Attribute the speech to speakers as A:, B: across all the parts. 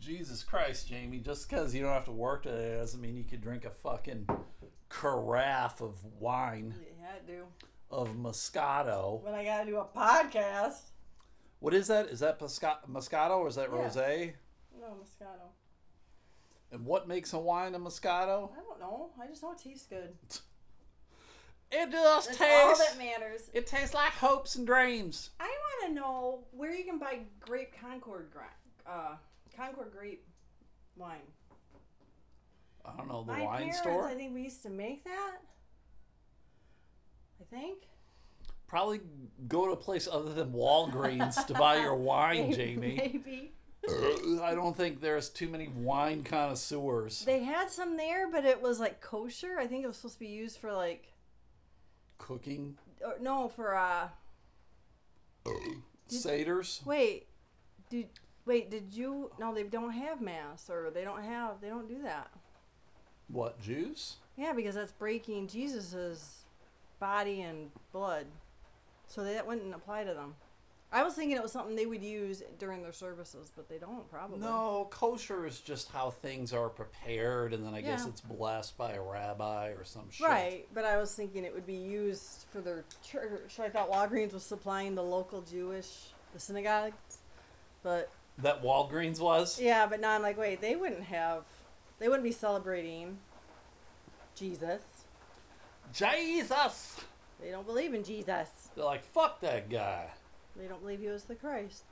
A: Jesus Christ, Jamie. Just because you don't have to work today doesn't mean you could drink a fucking carafe of wine
B: You had to.
A: of Moscato.
B: When I gotta do a podcast.
A: What is that? Is that Pesca- Moscato or is that
B: Yeah.
A: rosé?
B: No, Oh, Moscato.
A: And what makes a wine a Moscato?
B: I don't know. I just know it tastes good.
A: It just
B: That's all
A: tastes.
B: that matters.
A: It tastes like hopes and dreams.
B: I want to know where you can buy grape Concord gra- uh, Concord grape wine.
A: I don't know the
B: My
A: wine
B: parents,
A: store.
B: I think we used to make that. I think.
A: Probably go to a place other than Walgreens to buy your wine,
B: Maybe-
A: Jamie.
B: Maybe
A: I don't think there's too many wine connoisseurs.
B: they had some there, but it was like kosher. I think it was supposed to be used for like
A: Cooking
B: or, no for uh
A: satyrs.
B: wait did wait did you no they don't have mass or they don't have they don't do that.
A: What Jews?
B: Yeah, because that's breaking Jesus's body and blood. So that wouldn't apply to them. I was thinking it was something they would use during their services, but they don't probably.
A: No, kosher is just how things are prepared, and then I guess
B: Yeah.
A: it's blessed by a rabbi or some shit.
B: Right, but I was thinking it would be used for their church. So I thought Walgreens was supplying the local Jewish the synagogues, but
A: That Walgreens was.
B: yeah, but now I'm like, wait, they wouldn't have, they wouldn't be celebrating Jesus.
A: Jesus.
B: They don't believe in Jesus.
A: They're like, fuck that guy.
B: They don't believe he was the Christ.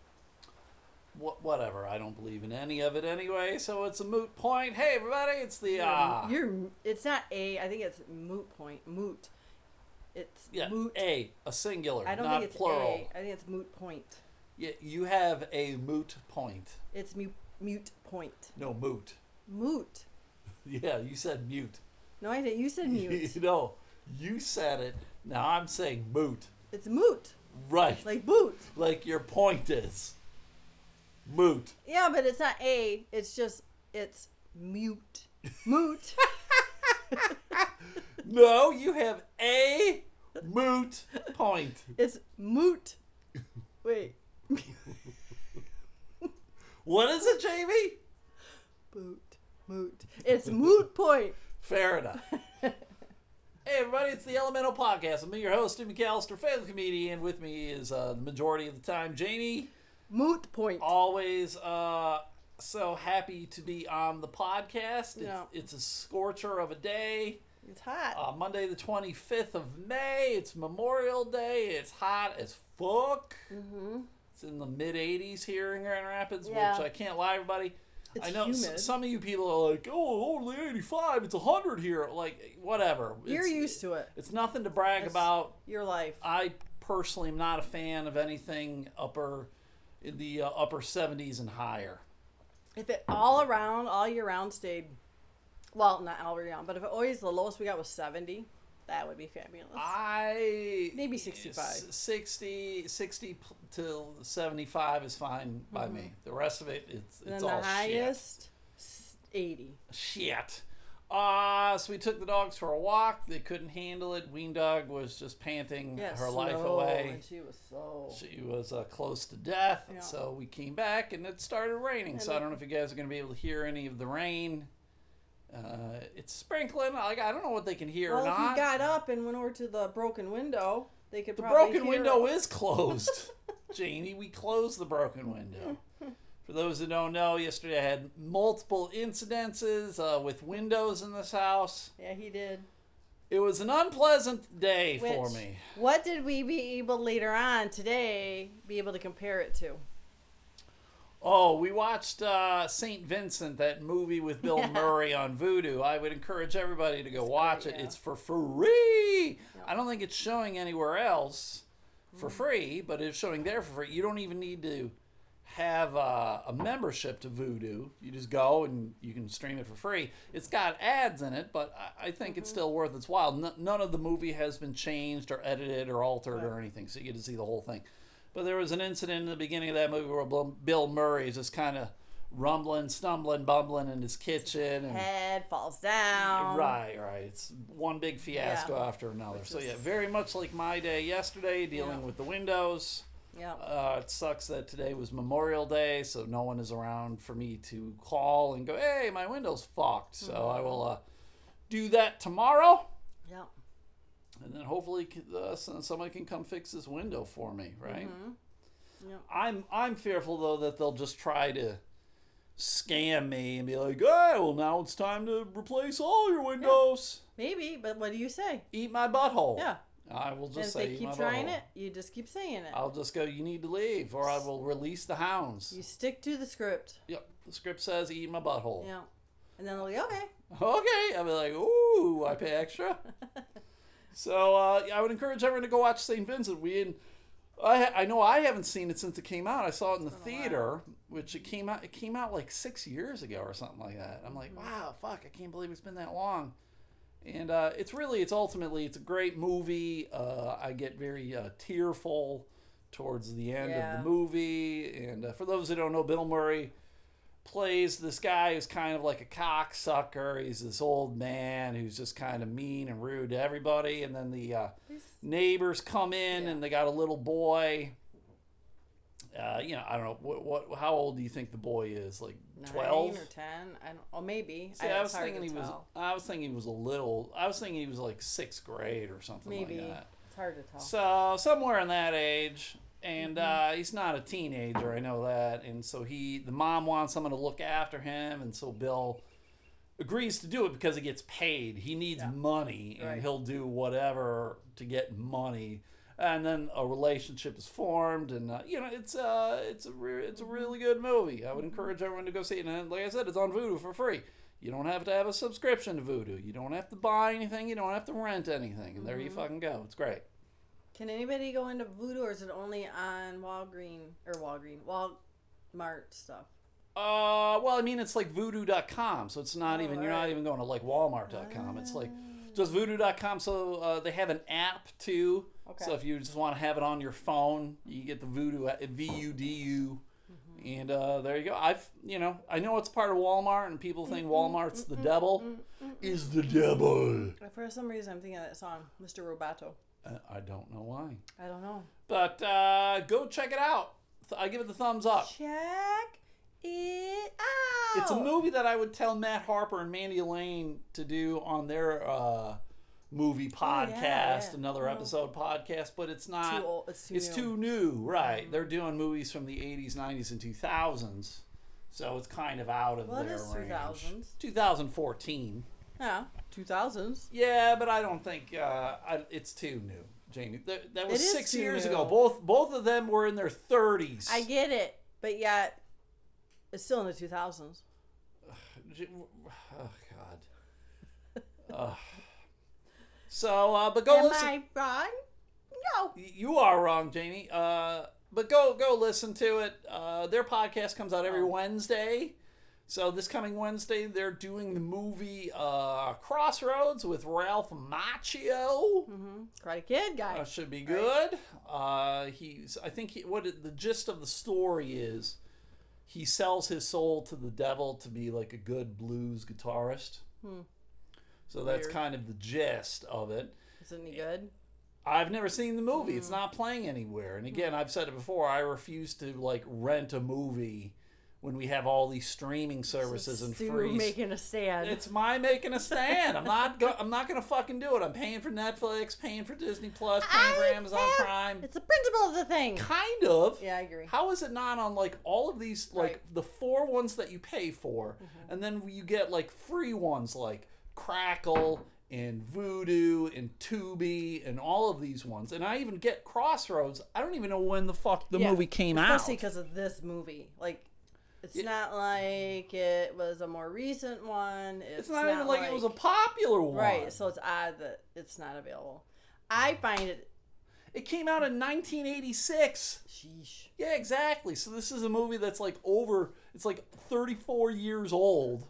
A: Wh- whatever. I don't believe in any of it anyway, so it's a moot point. Hey, everybody, it's the uh,
B: You're, you're- It's not a. I think it's moot point. Moot. It's
A: yeah,
B: moot.
A: a a singular,
B: I don't
A: not
B: think it's
A: plural.
B: a. I think it's moot point.
A: Yeah, you have a moot point.
B: It's mute. Mute point.
A: No moot.
B: Moot.
A: Yeah, you said mute.
B: No, I didn't. You said mute.
A: no, you said it. Now I'm saying moot.
B: it's moot.
A: Right. Like,
B: Like boot.
A: your point is moot.
B: Yeah, but it's not a. It's just it's mute. Moot.
A: No, you have a moot point.
B: it's moot. Wait.
A: What is it, Jamie?
B: Boot. Moot. It's moot point.
A: Fair enough. hey, everybody, it's the Elemental Podcast. I'm your host, Tim McAllister, famous comedian. With me is uh, the majority of the time, Jamie.
B: Moot point.
A: Always uh, so happy to be on the podcast. It's,
B: Yeah.
A: it's a scorcher of a day.
B: It's hot.
A: Uh, Monday, the 25th of May. It's Memorial Day. It's hot as fuck. It's in the mid 80s here in Grand Rapids,
B: Mm-hmm. Yeah.
A: which I can't lie, everybody.
B: It's
A: I know s-
B: humid.
A: some of you people are like, oh, only 85. It's 100 here. Like, whatever.
B: You're
A: It's-
B: used to it.
A: It's nothing to brag
B: It's-
A: about.
B: Your life.
A: I personally am not a fan of anything upper in the uh, upper 70s and higher.
B: If it all around, all year round stayed, well, not all year round, but if it always the lowest we got was 70, that would be fabulous.
A: Ah, I
B: Maybe 65.
A: S- 60 60 p- till 75 is fine by me. The rest of it it's
B: and
A: it's
B: Mm-hmm. then
A: all
B: the highest, s- 80.
A: shit. Shit. Uh, so we took the dogs for a walk. They couldn't handle it. Wean dog was just panting
B: Yeah,
A: her
B: slow,
A: life away.
B: And she was so.
A: She was uh, close to death,
B: Yeah.
A: so we came back and it started raining. so I
B: then-
A: don't know if you guys are going to be able to hear any of the rain. Uh, it's sprinkling. Like I don't know what they can hear
B: well,
A: or
B: if
A: not.
B: you got up and went over to the broken window, they could
A: The
B: probably.
A: broken
B: hear
A: window
B: it.
A: is closed. Janie, we closed the broken window. For those who don't know, yesterday I had multiple incidences uh, with windows in this house.
B: Yeah, he did.
A: It was an unpleasant day
B: Which,
A: for me.
B: What did we be able later on today be able to compare it to?
A: Oh, we watched uh, St. Vincent, that movie with Bill
B: Yeah.
A: Murray on Voodoo. I would encourage everybody to go watch it.
B: yeah.
A: It's for free. I don't think it's showing anywhere else
B: Mm.
A: for free, but it's showing there for free. You don't even need to have uh, a membership to Voodoo. You just go and you can stream it for free. It's got ads in it, but I, I think
B: Mm-hmm.
A: it's still worth its while. N- none of the movie has been changed or edited or altered or anything, so you get to see the whole thing. But there was an incident in the beginning of that movie where Bill- Bill Murray is just kind of rumbling, stumbling, bumbling in his kitchen. And,
B: Head falls down.
A: Right, right. It's one big fiasco
B: Yeah.
A: after another. so
B: is-
A: yeah, very much like my day yesterday, dealing
B: Yeah.
A: with the windows.
B: Yeah.
A: Uh, it sucks that today was Memorial Day, so no one is around for me to call and go, hey, my window's fucked. So
B: Mm-hmm.
A: I will uh, do that tomorrow,
B: Yeah.
A: and then hopefully c- uh, some- somebody can come fix this window for me, right?
B: Yeah.
A: I'm I'm fearful though that they'll just try to scam me and be like, "Hey, well now it's time to replace all your windows.
B: Maybe, but what do you say?
A: Eat my butthole."
B: Yeah.
A: I will
B: And
A: just
B: if
A: say,
B: they
A: "Eat
B: keep
A: my
B: trying
A: butthole."
B: it, you just keep saying it.
A: I'll just go. You need to leave, or I will release the hounds.
B: You stick to the script.
A: Yep. The script says, "Eat my butthole."
B: Yeah. And then they'll be okay.
A: Okay. I'll be like, "Ooh, I pay extra." so uh, I would encourage everyone to go watch Saint Vincent. We didn't. I I know I haven't seen it since it came out. I saw it in the theater, which it came out it came out like six years ago or something like that. I'm like, wow, fuck, I can't believe it's been that long. And uh, it's really, it's ultimately, it's a great movie. Uh, I get very uh, tearful towards the end of
B: Yeah.
A: the movie. And uh, for those who don't know, Bill Murray plays this guy who's kind of like a cocksucker. He's this old man who's just kind of mean and rude to everybody. And then the uh, neighbors come in and they got a little boy. Uh, you know, I don't know what, what how old do you think the boy is? Like
B: Nine
A: twelve?
B: or ten. I don't. Or maybe.
A: See, I was thinking
B: to
A: he was.
B: tell.
A: I was thinking he was a little. I was thinking he was like sixth grade or something
B: Maybe.
A: like that.
B: it's hard to tell.
A: Oh So somewhere in that age, and uh, he's not a teenager. I know that, and so he, the mom wants someone to look after him, and so Bill agrees to do it because he gets paid. He needs money, and
B: Right.
A: he'll do whatever to get money. And then a relationship is formed, and uh, you know it's uh it's a re- it's a really good movie. I would encourage everyone to go see it. And like I said, it's on Vudu for free. You don't have to have a subscription to Vudu. You don't have to buy anything. You don't have to rent anything. And there you fucking go. It's great.
B: Can anybody go into Voodoo or is it only on Walgreen or Walgreen Walmart stuff?
A: Uh, well, I mean, it's like voodoo.com, so it's not
B: Oh, Ah.
A: even, you're not
B: alright.
A: even going to like walmart.com. It's like just voodoo.com. So uh, they have an app too.
B: Okay.
A: So if you just want to have it on your phone, you get the voodoo, uh, V U D U.
B: Mm-hmm.
A: And uh, there you go. I've, you know, I know it's part of Walmart, and people think Walmart's the devil. Is the devil.
B: For some reason, I'm thinking of that song, Mr. Roboto.
A: Uh, I don't know why.
B: I don't know.
A: But uh, go check it out. Th- I give it the thumbs up.
B: Check it out.
A: Oh. It's a movie that I would tell Matt Harper and Mandy Lane to do on their uh, movie podcast,
B: Oh, yeah. Mm-hmm.
A: another episode podcast, but it's not.
B: Too old. It's too Mm-hmm.
A: it's
B: new.
A: too new, right? They're doing movies from the 80s, 90s, and 2000s, so it's kind of out of
B: Well, it
A: their
B: is
A: range.
B: 2000s.
A: 2014.
B: Yeah, 2000s.
A: Yeah, but I don't think uh, I, it's too new, Jamie. That, that was
B: It is
A: six
B: too
A: years
B: new.
A: ago. Both both of them were in their 30s.
B: I get it, but yet it's still in the 2000s.
A: J- w- Oh God. Ugh. so, uh, but go
B: Am
A: listen.
B: I wrong? No.
A: Y- You are wrong, Jamie. Uh, but go go listen to it. Uh, their podcast comes out
B: Oh.
A: every Wednesday. So this coming Wednesday, they're doing the movie uh, Crossroads with Ralph Macchio.
B: Karate Kid guy.
A: That Uh, should be good. Uh, he's. I think he, what it, the gist of the story is, he sells his soul to the devil to be like a good blues guitarist. So that's
B: Hmm. Weird.
A: kind of the gist of it.
B: Isn't he good?
A: I've never seen the movie.
B: Hmm.
A: It's not playing anywhere. And again, I've said it before. I refuse to like rent a movie when we have all these streaming services and
B: Stu
A: free.
B: making a stand.
A: It's my making a stand. I'm not. Go- I'm not gonna fucking do it. I'm paying for Netflix, paying for Disney Plus, paying for
B: I
A: Amazon
B: am-
A: Prime.
B: It's the principle of the thing.
A: Kind of.
B: Yeah, I agree.
A: How is it not on like all of these like
B: Right. Mm-hmm.
A: the four ones that you pay for, and then you get like free ones like Crackle and Voodoo and Tubi and all of these ones, and I even get Crossroads. I don't even know when the fuck the
B: Yeah,
A: movie came out.
B: Especially because of this movie. Like, it's not like it was a more recent one.
A: It's
B: It's,
A: not, even like, it was a popular one.
B: Right, so it's odd that it's not available. I find it.
A: It came out in 1986.
B: Sheesh.
A: Yeah, exactly. So this is a movie that's like over. It's like 34 years old.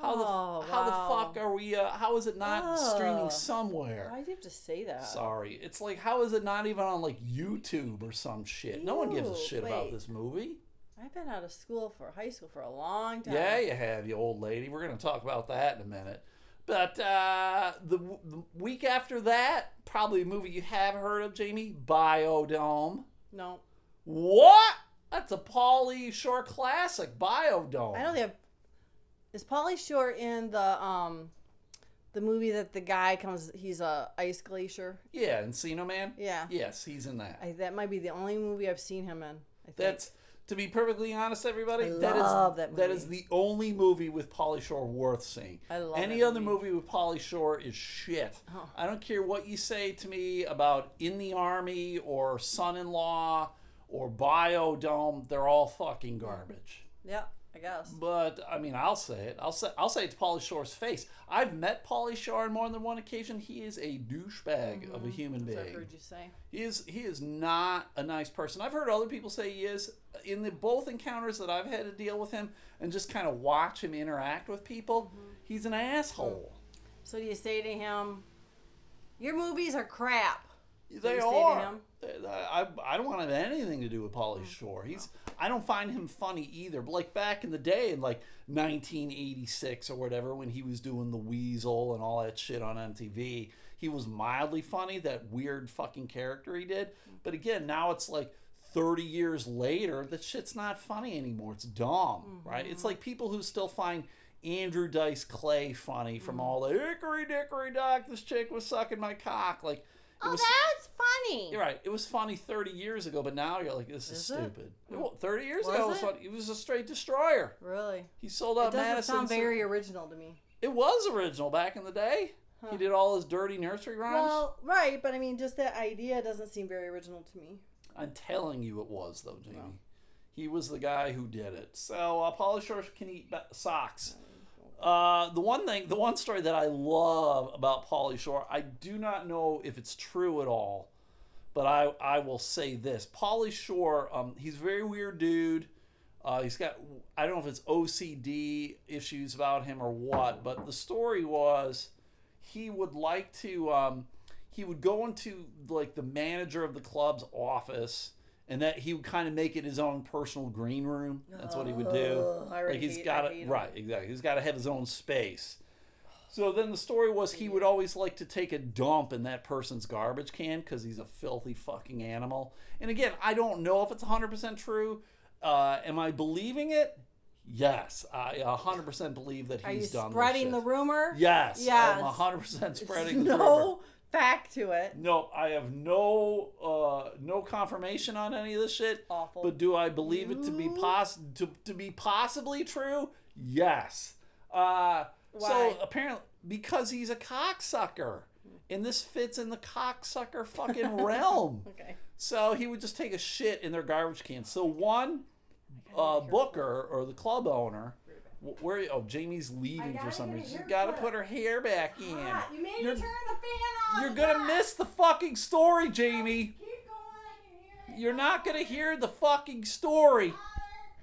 A: How the
B: Oh,
A: how the
B: wow.
A: fuck are we? Uh, how is it not streaming
B: Ugh.
A: somewhere?
B: Why do you have to say that?
A: Sorry, it's like how is it not even on like YouTube or some shit? no one gives a
B: Ew,
A: shit about
B: wait.
A: this movie.
B: I've been out of school for high school for a long time.
A: Yeah, you have, you old lady. We're gonna talk about that in a minute. But uh, the, w- the week after that, probably a movie you have heard of, Jamie, Biodome.
B: No.
A: What? That's a Pauly Shore classic, Biodome.
B: I know they have. Is Polly Shore in the um, the movie that the guy comes? He's a ice glacier.
A: Yeah, Encino Man.
B: Yeah.
A: Yes, he's in that.
B: I, that might be the only movie I've seen him in. I think.
A: That's to be perfectly honest, everybody.
B: I
A: that is-
B: love that
A: That
B: movie.
A: is the only movie with Polly Shore worth seeing.
B: I love
A: Any
B: that
A: other movie. with Polly Shore is shit. I don't care what you say to me about In the Army or Son in Law or Biodome. They're all fucking garbage.
B: yeah. I guess.
A: But I mean, I'll say it. I'll say I'll say it to Polly Shore's face. I've met Polly Shore on more than one occasion. He is a douchebag of a human
B: Mm-hmm. That's what I've
A: being.
B: heard you say.
A: He is he is not a nice person. I've heard other people say he is in the both encounters that I've had to deal with him and just kind of watch him interact with people.
B: Mm-hmm.
A: He's an asshole.
B: So do you say to him, "Your movies are crap"?
A: They
B: you say to
A: are.
B: him?
A: They- I, I don't want to have anything to do with Polly Shore. He's I don't find him funny either. But like back in the day in like 1986 or whatever when he was doing the Weasel and all that shit on MTV, he was mildly funny. That weird fucking character he did. But again, now it's like 30 years later, that shit's not funny anymore. It's dumb, right? It's like people who still find Andrew Dice Clay funny from all the hickory dickory dock. This chick was sucking my cock. Like. it was-
B: Oh, that's funny.
A: you're right. It was funny 30 years ago, but now you're like, this is,
B: Is it? Hmm.
A: stupid. Well, 30 years
B: Was
A: ago, it was
B: it?
A: funny. He was a straight destroyer.
B: Really?
A: He sold
B: It
A: out
B: doesn't
A: Madison.
B: sound
A: Cin-
B: very original to me.
A: It was original back in the day. He did all his dirty nursery rhymes.
B: Well, right, but I mean, just that idea doesn't seem very original to me.
A: I'm telling you, it was though, Jamie. He was the guy who did it. So uh, Polly Shore can eat ba- socks. Uh, the one thing, the one story that I love about Polly Shore, I do not know if it's true at all, but I I will say this: Polly Shore, um, he's a very weird dude. Uh, he's got I don't know if it's OCD issues about him or what, but the story was he would like to um, he would go into like the manager of the club's office and that he would kind of make it his own personal green room that's what he would do
B: Ugh, Oh, I already
A: like he's
B: hate-
A: got
B: I
A: to
B: hate him.
A: right exactly he's got to have his own space so then the story was he would always like to take a dump in that person's garbage can because he's a filthy fucking animal. And again, I don't know if it's 100% true. Uh, am I believing it? Yes, I 100% believe that
B: Are you
A: he's done
B: spreading the
A: this shit.
B: rumor?
A: Yes,
B: Yes.
A: I'm 100% spreading the rumor.
B: no fact to it.
A: No, I have no uh, no confirmation on any of this shit.
B: Awful.
A: But do I believe it to be pos to, to be possibly true? Yes. Uh,
B: Why?
A: So apparently, because he's a cocksucker, and this fits in the cocksucker fucking realm.
B: Okay.
A: So he would just take a shit in their garbage can. So one uh, booker or the club owner, wh- where oh Jamie's leaving for
B: gotta
A: some
B: get a
A: reason.
B: hair
A: She's got to
B: clip.
A: put her hair back in. You're-
B: the fan
A: you're gonna miss the fucking story, Jamie.
B: Keep going.
A: You're not gonna hear the fucking story.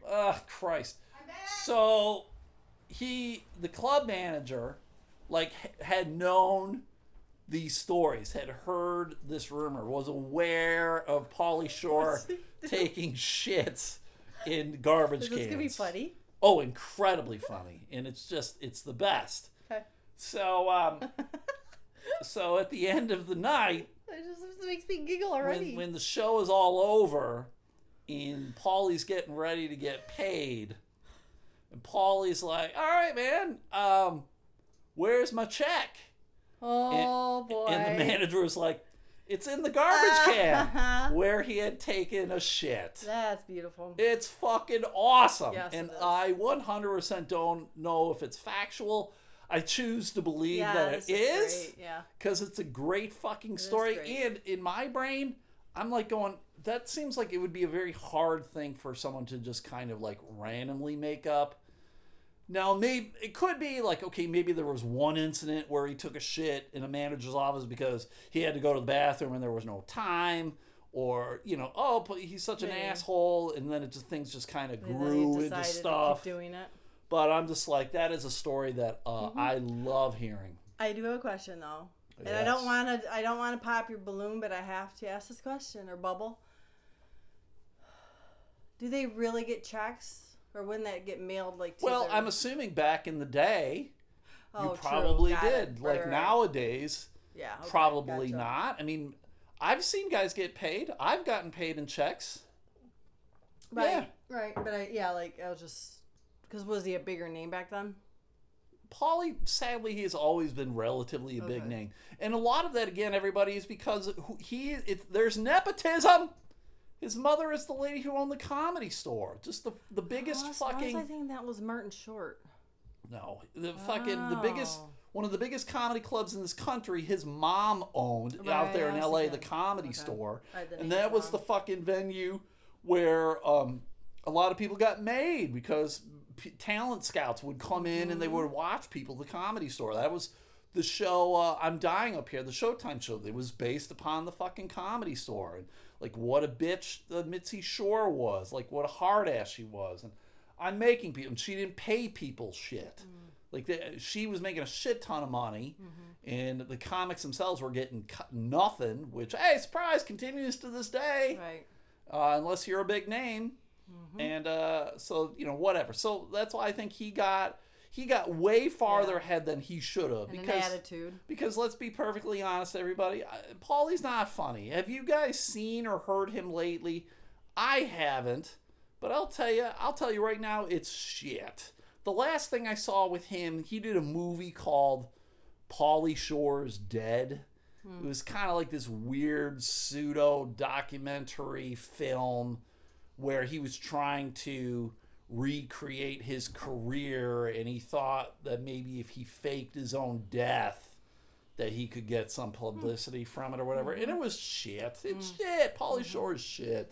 A: Ugh, Christ. So he, the club manager, like h- had known these stories, had heard this rumor, was aware of Polly Shore taking shits in garbage
B: Is
A: cans.
B: this gonna be funny?
A: Oh, incredibly funny, and it's just it's the best.
B: Okay.
A: So um, so at the end of the night,
B: It just this makes me giggle already.
A: when, when the show is all over and Paulie's getting ready to get paid, and Paulie's like, All right, man, um, where's my check?
B: oh boy.
A: And the manager was like, It's in the garbage
B: Uh-huh.
A: can where he had taken a shit.
B: That's beautiful.
A: It's fucking awesome.
B: Yes, it
A: and
B: is.
A: I 100% don't know if it's factual. I choose to believe that
B: this
A: it is
B: great, Yeah.
A: because it's a great fucking story.
B: great.
A: And in my brain, I'm like going, that seems like it would be a very hard thing for someone to just kind of like randomly make up. Now, maybe it could be like, okay, maybe there was one incident where he took a shit in a manager's office because he had to go to the bathroom and there was no time. Or you know, oh, but he's such an
B: Maybe.
A: asshole, and then it just things just kind of
B: And then
A: grew
B: he
A: into
B: decided
A: stuff.
B: To keep doing Mm-hmm. it.
A: But I'm just like, that is a story that uh, I love hearing.
B: I do have a question though, and I
A: Yes.
B: don't want to. I don't want to pop your balloon, but I have to ask this question or bubble. Do they really get checks, or wouldn't that get mailed like? To
A: Well,
B: their,
A: I'm assuming back in the day,
B: Oh,
A: you
B: true.
A: probably
B: Got it.
A: did.
B: Right,
A: Like
B: right, right.
A: nowadays,
B: Yeah. okay,
A: probably
B: gotcha.
A: not. I mean, I've seen guys get paid. I've gotten paid in checks.
B: But
A: Yeah.
B: right. But I, yeah, like I was just because was he a bigger name back then?
A: Paulie, sadly, he has always been relatively a big
B: Okay.
A: name, and a lot of that, again, everybody is because who- he. It, there's nepotism. His mother is the lady who owned the comedy store. Just the the biggest
B: Why was- why was
A: fucking
B: I think that was Martin Short.
A: no, the fucking the biggest
B: Oh.
A: one of the biggest comedy clubs in this country. His mom owned out
B: Right,
A: there in
B: I was
A: L.A. the
B: thinking-
A: comedy
B: okay.
A: store,
B: I didn't
A: and
B: know
A: that
B: his
A: was
B: mom.
A: the fucking venue where um, a lot of people got made because p- talent scouts would come in and
B: Mm-hmm.
A: they would watch people at the comedy store. That was the show uh, I'm dying up here, the Showtime show. That was based upon the fucking comedy store and like what a bitch the Mitzi Shore was, like what a hard ass she was, and I'm making people. And she didn't pay people shit.
B: Mm-hmm.
A: Like the, she was making a shit ton of money,
B: Mm-hmm.
A: and the comics themselves were getting cut nothing. Which hey, surprise, continues to this day,
B: Right. Mm-hmm.
A: uh, unless you're a big name. And uh, so you know whatever. So that's why I think he got he got way farther ahead than he should have
B: And
A: because
B: an attitude.
A: because let's be perfectly honest, everybody. I- Paulie's not funny. Have you guys seen or heard him lately? I haven't, but I'll tell you. I'll tell you right now, it's shit. The last thing I saw with him, he did a movie called Paulie Shore's Dead. It was kind of like this weird pseudo documentary film where he was trying to recreate his career and he thought that maybe if he faked his own death that he could get some publicity from it or whatever and it was shit it's shit Pauly Shore is shit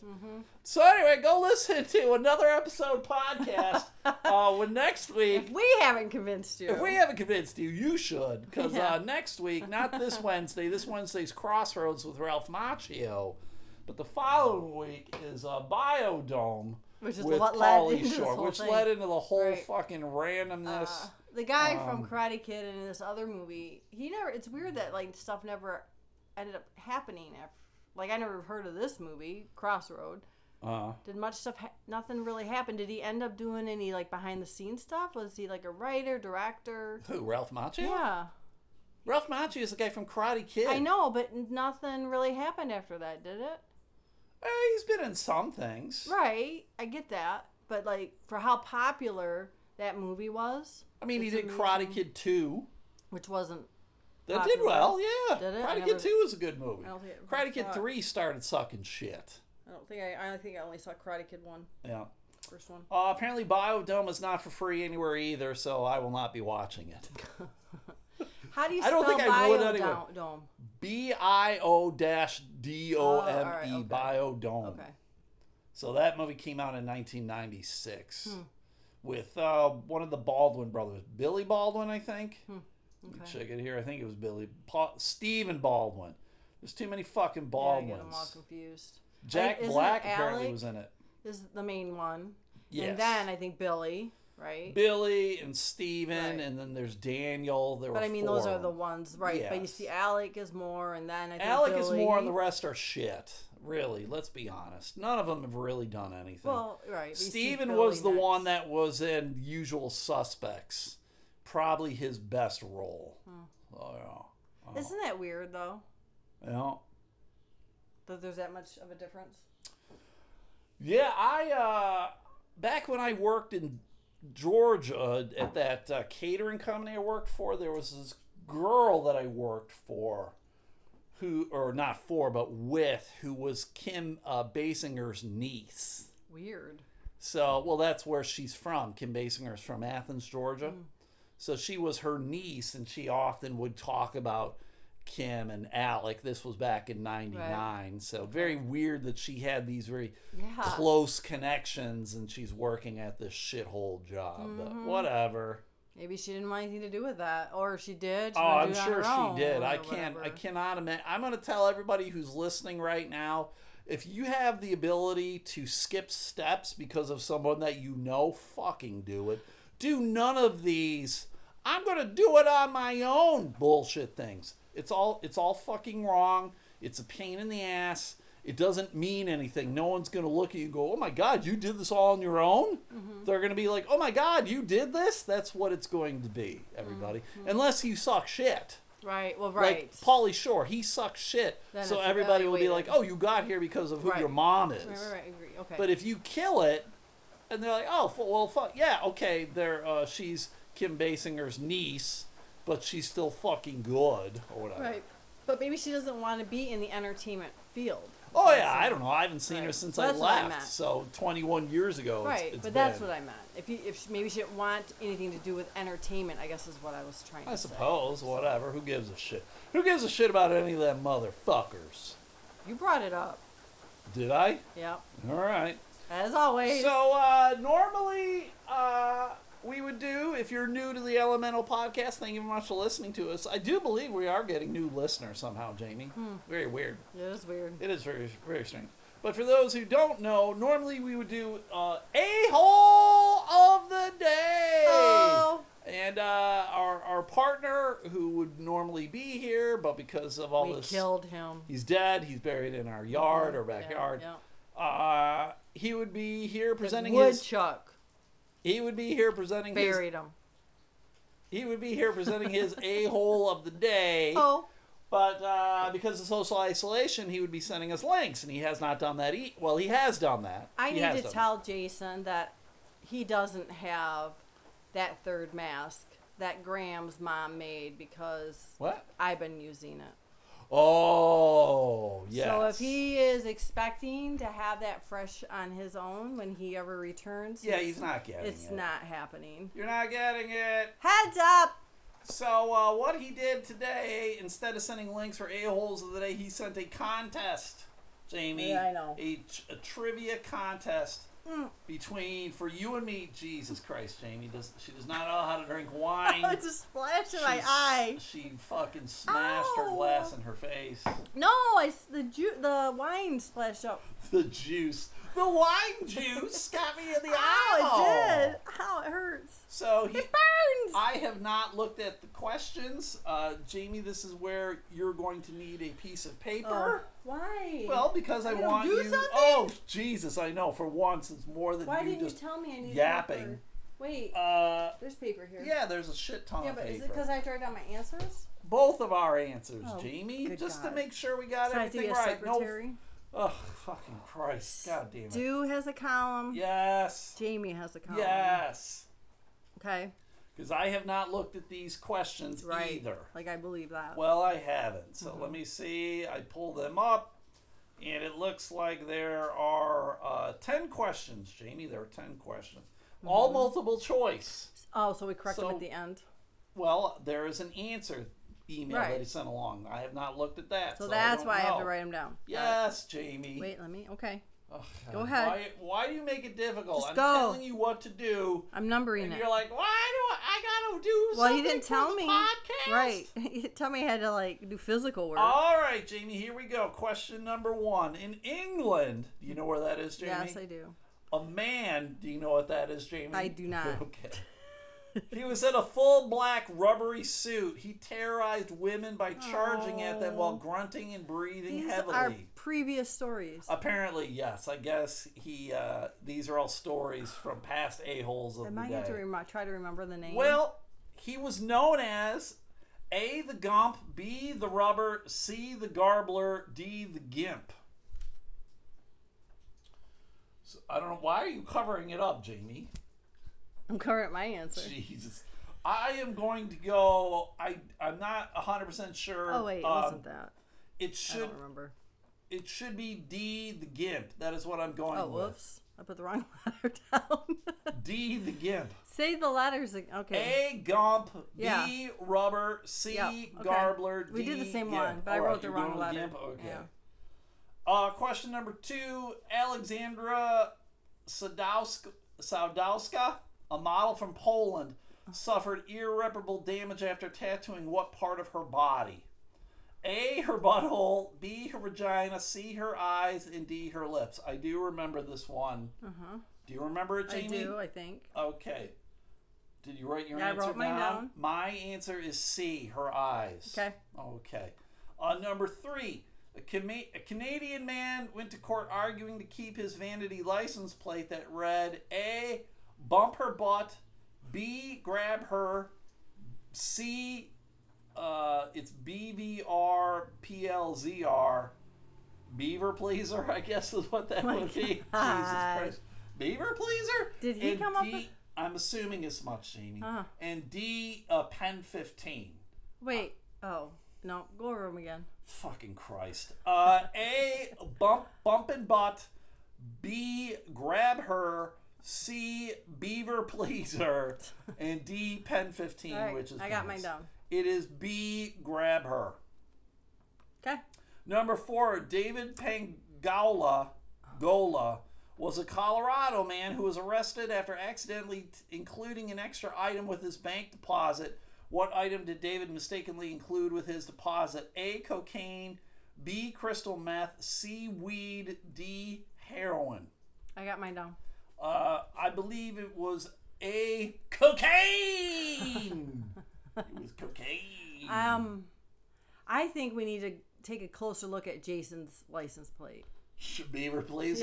A: so anyway go listen to another episode podcast uh, when next week
B: We haven't convinced you.
A: if we haven't convinced you, you should. Because
B: Yeah.
A: uh, next week, not this Wednesday, this Wednesday's Crossroads with Ralph Macchio. But the following week is uh, Biodome
B: Which is
A: with
B: what led
A: Pauly
B: into this
A: Shore,
B: whole
A: which
B: thing.
A: led into the whole
B: Right.
A: fucking randomness.
B: Uh, the guy
A: Um.
B: from Karate Kid and in this other movie, he never. It's weird that like stuff never ended up happening. After, like I never heard of this movie, Crossroad.
A: Uh,
B: Did much stuff? Ha- nothing really happened. Did he end up doing any like behind the scenes stuff? Was he like a writer, director?
A: who? Ralph Macchio?
B: Yeah,
A: Ralph Macchio is the guy from Karate Kid.
B: I know, but nothing really happened after that, did it?
A: Eh, he's been in some things.
B: Right, I get that, but like for how popular that movie was,
A: I mean,
B: It's
A: he did Karate Kid 2.
B: which wasn't
A: That did
B: Popular.
A: well, yeah.
B: Did it? I
A: Karate
B: never-
A: Kid 2 was a good movie.
B: I don't think it-
A: Karate Kid
B: thought-
A: 3 started sucking shit.
B: I don't think I. I think I only saw Karate Kid one,
A: Yeah.
B: first one.
A: Uh, apparently, Biodome is not for free anywhere either, so I will not be watching it.
B: How do you
A: I
B: spell
A: don't think I would
B: biodome?
A: anyway. B I O dash D O M E,
B: Oh, all right, okay.
A: Biodome.
B: Okay.
A: So that movie came out in 1996
B: Hmm.
A: with uh, one of the Baldwin brothers, Billy Baldwin, I think. Let me
B: Hmm, okay.
A: check it here. I think it was Billy. Paul, Stephen Baldwin. There's too many fucking
B: Yeah, I get them all
A: Baldwins.
B: confused.
A: Jack
B: Like, isn't
A: Black
B: it
A: apparently
B: Alec?
A: was in it.
B: Is the main one.
A: Yes.
B: And then I think Billy, right?
A: Billy and Steven,
B: Right.
A: and then there's Daniel. There
B: but
A: were
B: I mean,
A: four
B: those
A: of
B: are
A: them.
B: the ones, right? But you
A: Yes.
B: see, Alec is more, and then I think
A: Alec is more, and
B: Billy-
A: the rest are shit. Really, let's be honest. None of them have really done anything.
B: Well, right. but you see
A: Steven
B: Billy
A: was the one
B: next.
A: that was in Usual Suspects, probably his best role.
B: Hmm.
A: Oh,
B: Isn't that weird though?
A: yeah. yeah.
B: That there's that much of a difference.
A: Yeah, I uh, back when I worked in Georgia at that uh, catering company I worked for, there was this girl that I worked for, who or not for but with, who was Kim uh, Basinger's niece.
B: Weird.
A: So, well, that's where she's from. Kim Basinger's from Athens, Georgia.
B: Mm.
A: So she was her niece, and she often would talk about Kim and Alec. This was back in '99, so very weird that she had these very
B: Yeah.
A: close connections, and she's working at this shithole job. But
B: Mm-hmm.
A: whatever.
B: Maybe she didn't want anything to do with that, or she did. She
A: Oh,
B: wanted
A: I'm
B: to do it
A: sure
B: on her own,
A: she did. I
B: or
A: can't. I
B: whatever.
A: cannot imagine. I'm going to tell everybody who's listening right now: if you have the ability to skip steps because of someone that you know, fucking do it. Do none of these. I'm going to do it on my own. Bullshit things. It's all. It's all fucking wrong. It's a pain in the ass. It doesn't mean anything. No one's going to look at you and go, "Oh my god, you did this all on your own." They're going to be like, "Oh my god, you did this." That's what it's going to be, everybody. Unless you suck shit.
B: Right. Well, right.
A: Like Pauly Shore, he sucks shit.
B: Then
A: so
B: it's
A: everybody will be like,
B: evaluated.
A: "Oh, you got here because of who
B: Right.
A: your mom is."
B: right, right, right. Agree. Okay.
A: But if you kill it, and they're like, "Oh, f- well, fuck, yeah, okay, they're uh, she's Kim Basinger's niece, but she's still fucking good or whatever."
B: right. But maybe she doesn't want to be in the entertainment field.
A: Oh yeah, I don't know. I haven't seen her
B: Right.
A: since I
B: Well, that's what I
A: left,
B: meant.
A: so 21 years ago. it's-
B: Right,
A: it's
B: but that's
A: been.
B: what I meant. If you, if she, maybe she didn't want anything to do with entertainment, I guess is what I was trying
A: I
B: to say.
A: suppose, whatever. Who gives a shit? Who gives a shit about any of them motherfuckers?
B: You brought it up.
A: Did I?
B: Yep.
A: All right.
B: As always.
A: So uh, normally uh, we would do if you're new to the Elemental podcast. Thank you very much for listening to us. I do believe we are getting new listeners somehow, Jamie.
B: Hmm.
A: Very weird.
B: it is weird.
A: It is very very strange. But for those who don't know, normally we would do uh, a hole of the day.
B: Oh.
A: And uh, our our partner who would normally be here, but because of all
B: We
A: this,
B: killed him.
A: he's dead. He's buried in our yard or backyard.
B: Yeah,
A: Uh, he would be here
B: yeah.
A: presenting his
B: Woodchuck
A: he would be here presenting
B: buried him.
A: his. He would be here presenting his a hole of the day.
B: Oh.
A: But uh, because of social isolation, he would be sending us links, and he has not done that. E- well, he has done that.
B: I
A: He
B: need
A: has
B: to
A: done
B: tell Jason that he doesn't have that third mask that Graham's mom made because
A: that. what.
B: I've been using it.
A: Oh, yes.
B: So if he is expecting to have that fresh on his own when he ever returns,
A: yeah,
B: it's-
A: he's not getting it.
B: It's not happening.
A: You're not getting it.
B: Heads up!
A: So uh, what he did today, instead of sending links for a holes of the day, he sent a contest, Jamie.
B: Yeah, I know. Hmm.
A: A, tr- a trivia contest between for you and me. Jesus Christ, Jamie does she does not know how to drink wine.
B: Oh, it's a splash in
A: She
B: my
A: s-
B: eye. Oh.
A: She fucking smashed her
B: Ow.
A: glass in her face.
B: No, I s the ju- the wine splashed up.
A: The juice, the wine juice, got me in the eye.
B: Ow, Oh, it did. Ow, it hurts.
A: So he
B: It burns.
A: I have not looked at the questions. Uh, Jamie, this is where you're going to need a piece of paper.
B: Oh, why?
A: Well, because I,
B: You don't
A: want
B: do
A: you.
B: something?
A: Oh, Jesus! I know. For once, it's more than
B: why
A: you
B: didn't
A: just.
B: you tell me I needed
A: yapping.
B: paper? Wait,
A: uh,
B: there's paper here.
A: yeah, there's a shit ton
B: Yeah,
A: of
B: but is it
A: paper.
B: because I wrote down my answers?
A: Both of our answers,
B: Oh,
A: Jamie,
B: good
A: just to
B: God.
A: make sure we got
B: So I have to be
A: everything
B: a
A: right.
B: secretary.
A: No, ugh, fucking Christ, God damn it.
B: Stu has a column.
A: Yes,
B: Jamie has a column.
A: yes,
B: Okay.
A: because I have not looked at these questions
B: Right.
A: either.
B: Like I believe that.
A: Well, I haven't. So
B: Mm-hmm.
A: let me see. I pull them up, and it looks like there are uh, 10 questions, Jamie. There are 10 questions. All
B: Mm-hmm.
A: multiple choice.
B: oh, so we correct them
A: so-
B: at the end.
A: Well, there is an answer email that
B: Right.
A: he sent along. I have not looked at that.
B: So
A: So,
B: that's
A: I
B: why I have to
A: know.
B: write them down. Got it.
A: Yes, Jamie.
B: Wait, let me. Okay.
A: Ugh,
B: go
A: God.
B: ahead.
A: Why, why do you make it difficult?
B: Just
A: I'm
B: go.
A: telling you what to do,
B: I'm numbering
A: and
B: it.
A: you're like, why do I, I gotta do
B: Well,
A: something
B: he didn't
A: for
B: tell
A: the
B: me.
A: podcast? Oh,
B: Right. He didn't tell me I had to like do physical work.
A: All right, Jamie, here we go. Question number one. In England, do you know where that is, Jamie?
B: yes, I do.
A: A man, do you know what that is, Jamie?
B: I do not.
A: Okay. he was in a full black rubbery suit. He terrorized women by charging at them while grunting and breathing
B: These
A: heavily. Oh,
B: are previous stories.
A: Apparently, yes. I guess he. Uh, these are all stories from past a holes of
B: Am
A: the
B: I
A: day.
B: going to rem- try to remember the name?
A: Well, he was known as A the Gump, B the Rubber, C the Garbler, D the Gimp. So, I don't know why are you covering it up, Jamie?
B: I'm current my answer.
A: Jesus. I am going to go I I'm not 100% sure.
B: Oh wait, it
A: Um,
B: wasn't that.
A: it
B: I
A: should
B: don't remember.
A: it should be D the Gimp. That is what I'm going
B: Oh,
A: with.
B: whoops. I put the wrong letter down.
A: D the Gimp.
B: Say the letters. ag- Okay.
A: A Gump, B
B: Yeah.
A: Rubber, C
B: Yep, okay.
A: Garbler.
B: We
A: D,
B: did the same
A: Gimp.
B: one, but I
A: All right,
B: wrote the
A: you're
B: wrong
A: going with
B: letter.
A: Gimp? Okay.
B: Yeah.
A: Uh, question number two: Alexandra Sadowska, Sadowska, a model from Poland, suffered irreparable damage after tattooing what part of her body? A. Her butthole. B. Her vagina. C. Her eyes. And D. Her lips. I do remember this one. Do you remember it,
B: Uh-huh. I
A: Jamie?
B: do. I think.
A: Okay. Did you write your
B: Yeah, I
A: answer
B: wrote mine down.
A: My answer is C, her eyes.
B: Okay.
A: Okay. Uh, number three, a, Cana- a Canadian man went to court arguing to keep his vanity license plate that read A, bump her butt, B, grab her, C, uh, it's BVRPLZR. Beaver pleaser, I guess is what that
B: Oh My
A: would be. Jesus
B: God.
A: Christ. Beaver pleaser?
B: Did he
A: And
B: come up
A: D-
B: with-
A: I'm assuming it's much, Jamie.
B: Huh.
A: And D uh, Pen 15.
B: Wait. Oh no, go over them again.
A: Fucking Christ. Uh, A bump bump and butt. B grab her. C beaver pleaser. And D pen fifteen,
B: All right,
A: which is
B: I got
A: penis.
B: mine down.
A: It is B grab her.
B: Okay.
A: Number four, David Pangola Gola was a Colorado man who was arrested after accidentally t- including an extra item with his bank deposit. What item did David mistakenly include with his deposit? A. Cocaine. B. Crystal meth. C. Weed. D. Heroin.
B: I got mine down.
A: Uh, I believe it was A. Cocaine. it was cocaine.
B: Um, I think we need to take a closer look at Jason's license plate.
A: Beaver, please.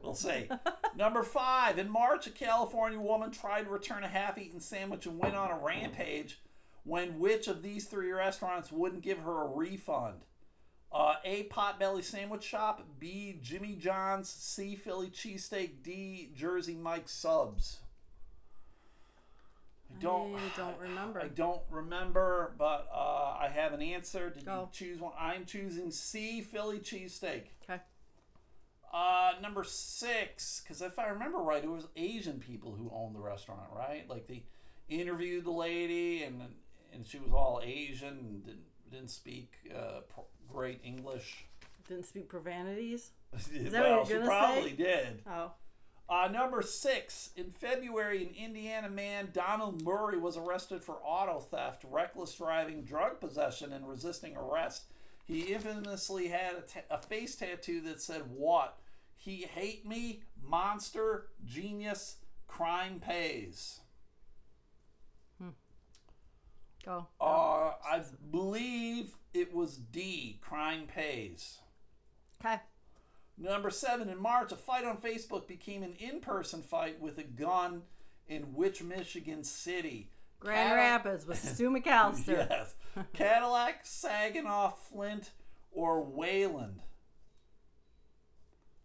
A: We'll see. Number five. In March, a California woman tried to return a half eaten sandwich and went on a rampage when which of these three restaurants wouldn't give her a refund? Uh, a. Potbelly Sandwich Shop. B. Jimmy John's. C. Philly Cheesesteak. D. Jersey Mike's Subs. I don't.
B: I don't remember.
A: I don't remember, but uh, I have an answer. Did you
B: Go.
A: choose one? I'm choosing C. Philly Cheesesteak.
B: Okay.
A: Uh, number six, because if I remember right, it was Asian people who owned the restaurant, right? Like they interviewed the lady, and and she was all Asian and didn't didn't speak uh, pr- great English.
B: Didn't speak profanities.
A: Is
B: that what you're
A: she
B: gonna
A: probably
B: say?
A: did.
B: Oh.
A: Uh, number six, in February, an Indiana man, Donald Murray, was arrested for auto theft, reckless driving, drug possession, and resisting arrest. He infamously had a, ta- a face tattoo that said, What? He hate me, monster, genius, crime pays.
B: Go.
A: Uh, I believe it was D, crime pays.
B: Okay.
A: Number seven, in March, a fight on Facebook became an in person fight with a gun in which Michigan city?
B: Grand
A: Cadill-
B: Rapids with Stu McAllister.
A: Yes. Cadillac, Saginaw, Flint, or Wayland?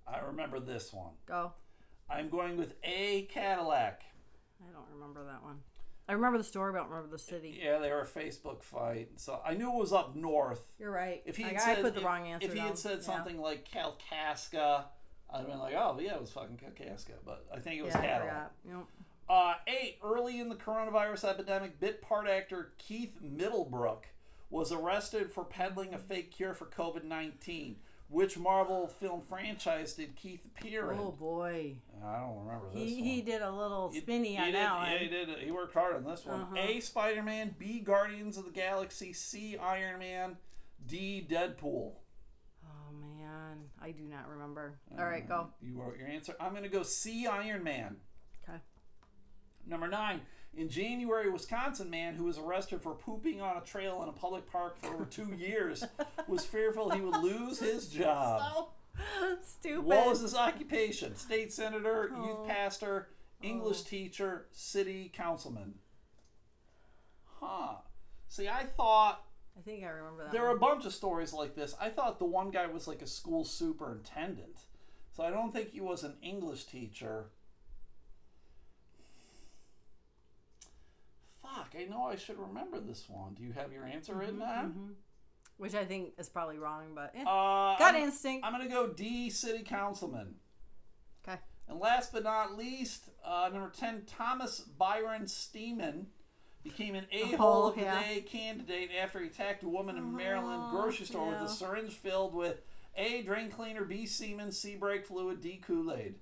A: I remember this one.
B: Go.
A: I'm going with A, Cadillac.
B: I don't remember that one. I remember the story, but I don't remember the city.
A: Yeah, they were a Facebook fight. So I knew it was up north.
B: You're right.
A: If he
B: I,
A: had
B: I
A: said,
B: put the
A: if-
B: wrong answer
A: if he
B: down.
A: had said
B: Yeah.
A: something like Kalkaska, I'd have been like, oh, yeah, it was fucking Kalkaska. But I think it was
B: yeah, I
A: Cadillac.
B: forgot. Yep.
A: Uh, eight, early in the coronavirus epidemic, bit part actor Keith Middlebrook was arrested for peddling a fake cure for COVID 19. Which Marvel film franchise did Keith appear in?
B: Oh boy.
A: I don't remember this
B: He,
A: one.
B: he did a little
A: He-
B: spinny
A: he
B: on
A: did,
B: that one.
A: Yeah, he did. He worked hard on this one.
B: Uh-huh.
A: A. Spider Man. B. Guardians of the Galaxy. C. Iron Man. D. Deadpool.
B: Oh man, I do not remember.
A: Mm.
B: All right, go.
A: You wrote your answer. I'm going to go C. Iron Man.
B: Okay.
A: Number nine. In January, a Wisconsin man who was arrested for pooping on a trail in a public park for over two years was fearful he would lose his job.
B: Oh, stupid.
A: Um, What was his occupation? State senator, youth pastor, English teacher, city councilman. Huh. See, I thought
B: I think I remember that.
A: there
B: one.
A: are a bunch of stories like this. I thought the one guy was like a school superintendent. So I don't think he was an English teacher. Fuck, I know I should remember this one. Do you have your answer written down?
B: Which I think is probably wrong, but eh.
A: Uh,
B: gut
A: I'm,
B: instinct.
A: I'm going to go D, city councilman.
B: okay.
A: And last but not least, uh, number 10, Thomas Byron Steeman became an a hole
B: Oh,
A: of the
B: yeah. Oh,
A: day candidate after he attacked a woman in Maryland grocery store with
B: yeah.
A: a syringe filled with A, drain cleaner, B, semen, C, brake fluid, D, Kool Aid.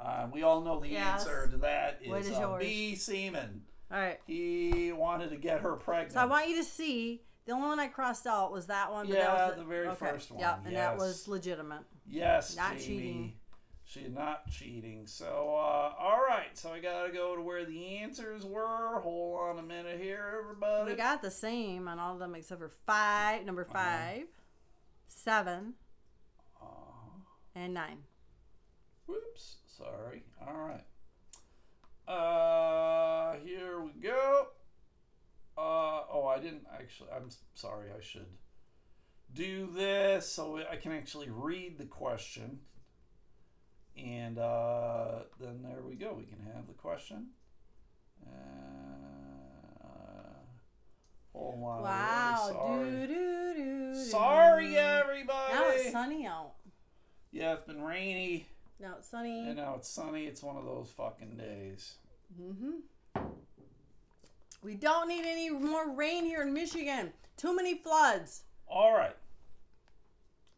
A: Uh, we all know the
B: Yes.
A: answer to that
B: What
A: is,
B: is
A: uh,
B: yours?
A: B, semen.
B: All right.
A: He wanted to get her pregnant.
B: So I want you to see the only one I crossed out was that one. But
A: Yeah,
B: that was
A: the very first one,
B: Yep, and that was
A: yes.
B: legitimate.
A: Yes,
B: Not
A: Jamie.
B: cheating.
A: She not cheating. So, uh, all right. So I gotta go to where the answers were. Hold on a minute here, everybody.
B: We got the same on all of them except for five, number
A: Uh-huh.
B: 5 seven,
A: Uh-huh.
B: and nine.
A: Whoops. Sorry. All right. Uh, here we go. Uh, oh, I didn't actually. I'm s- sorry. I should do this so I can actually read the question. And uh, then there we go. We can have the question. Uh, hold on. I'm really
B: Wow.
A: Oh, sorry.
B: Doo, doo, doo, doo.
A: Sorry, everybody.
B: Now it's sunny out.
A: yeah, it's been rainy,
B: Now it's sunny.
A: and now it's sunny. It's one of those fucking days.
B: Mm-hmm. We don't need any more rain here in Michigan. Too many floods.
A: All right.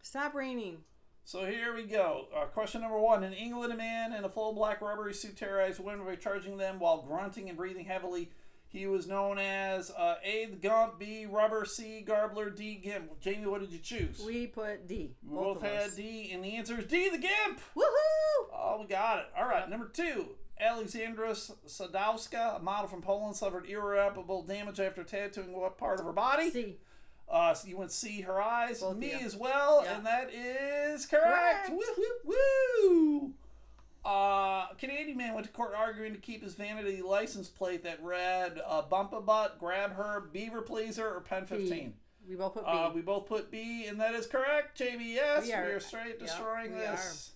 B: Stop raining.
A: So here we go. Uh, question number one. In England, a man in a full black rubbery suit terrorized women by charging them while grunting and breathing heavily. He was known as uh, A. The Gump, B. Rubber, C. Garbler, D. Gimp. Jamie, what did you choose?
B: We put D.
A: We both,
B: of
A: had
B: us.
A: D, and the answer is D. The Gimp.
B: Woohoo!
A: Oh, we got it. All right, number two. Alexandra Sadowska, a model from Poland, suffered irreparable damage after tattooing what part of her body?
B: C.
A: Uh, so you went see her eyes,
B: Both of
A: me
B: you.
A: as well,
B: Yeah.
A: and that is correct.
B: Correct.
A: Woo, woo, woo. Uh, a Canadian man went to court arguing to keep his vanity license plate that read uh, "Bump a butt, grab her, beaver pleaser, or pen 15."
B: We both put B.
A: Uh, we both put B, and that is correct. JBS, yes, we
B: We
A: are,
B: are-
A: straight
B: yep,
A: destroying
B: we
A: this.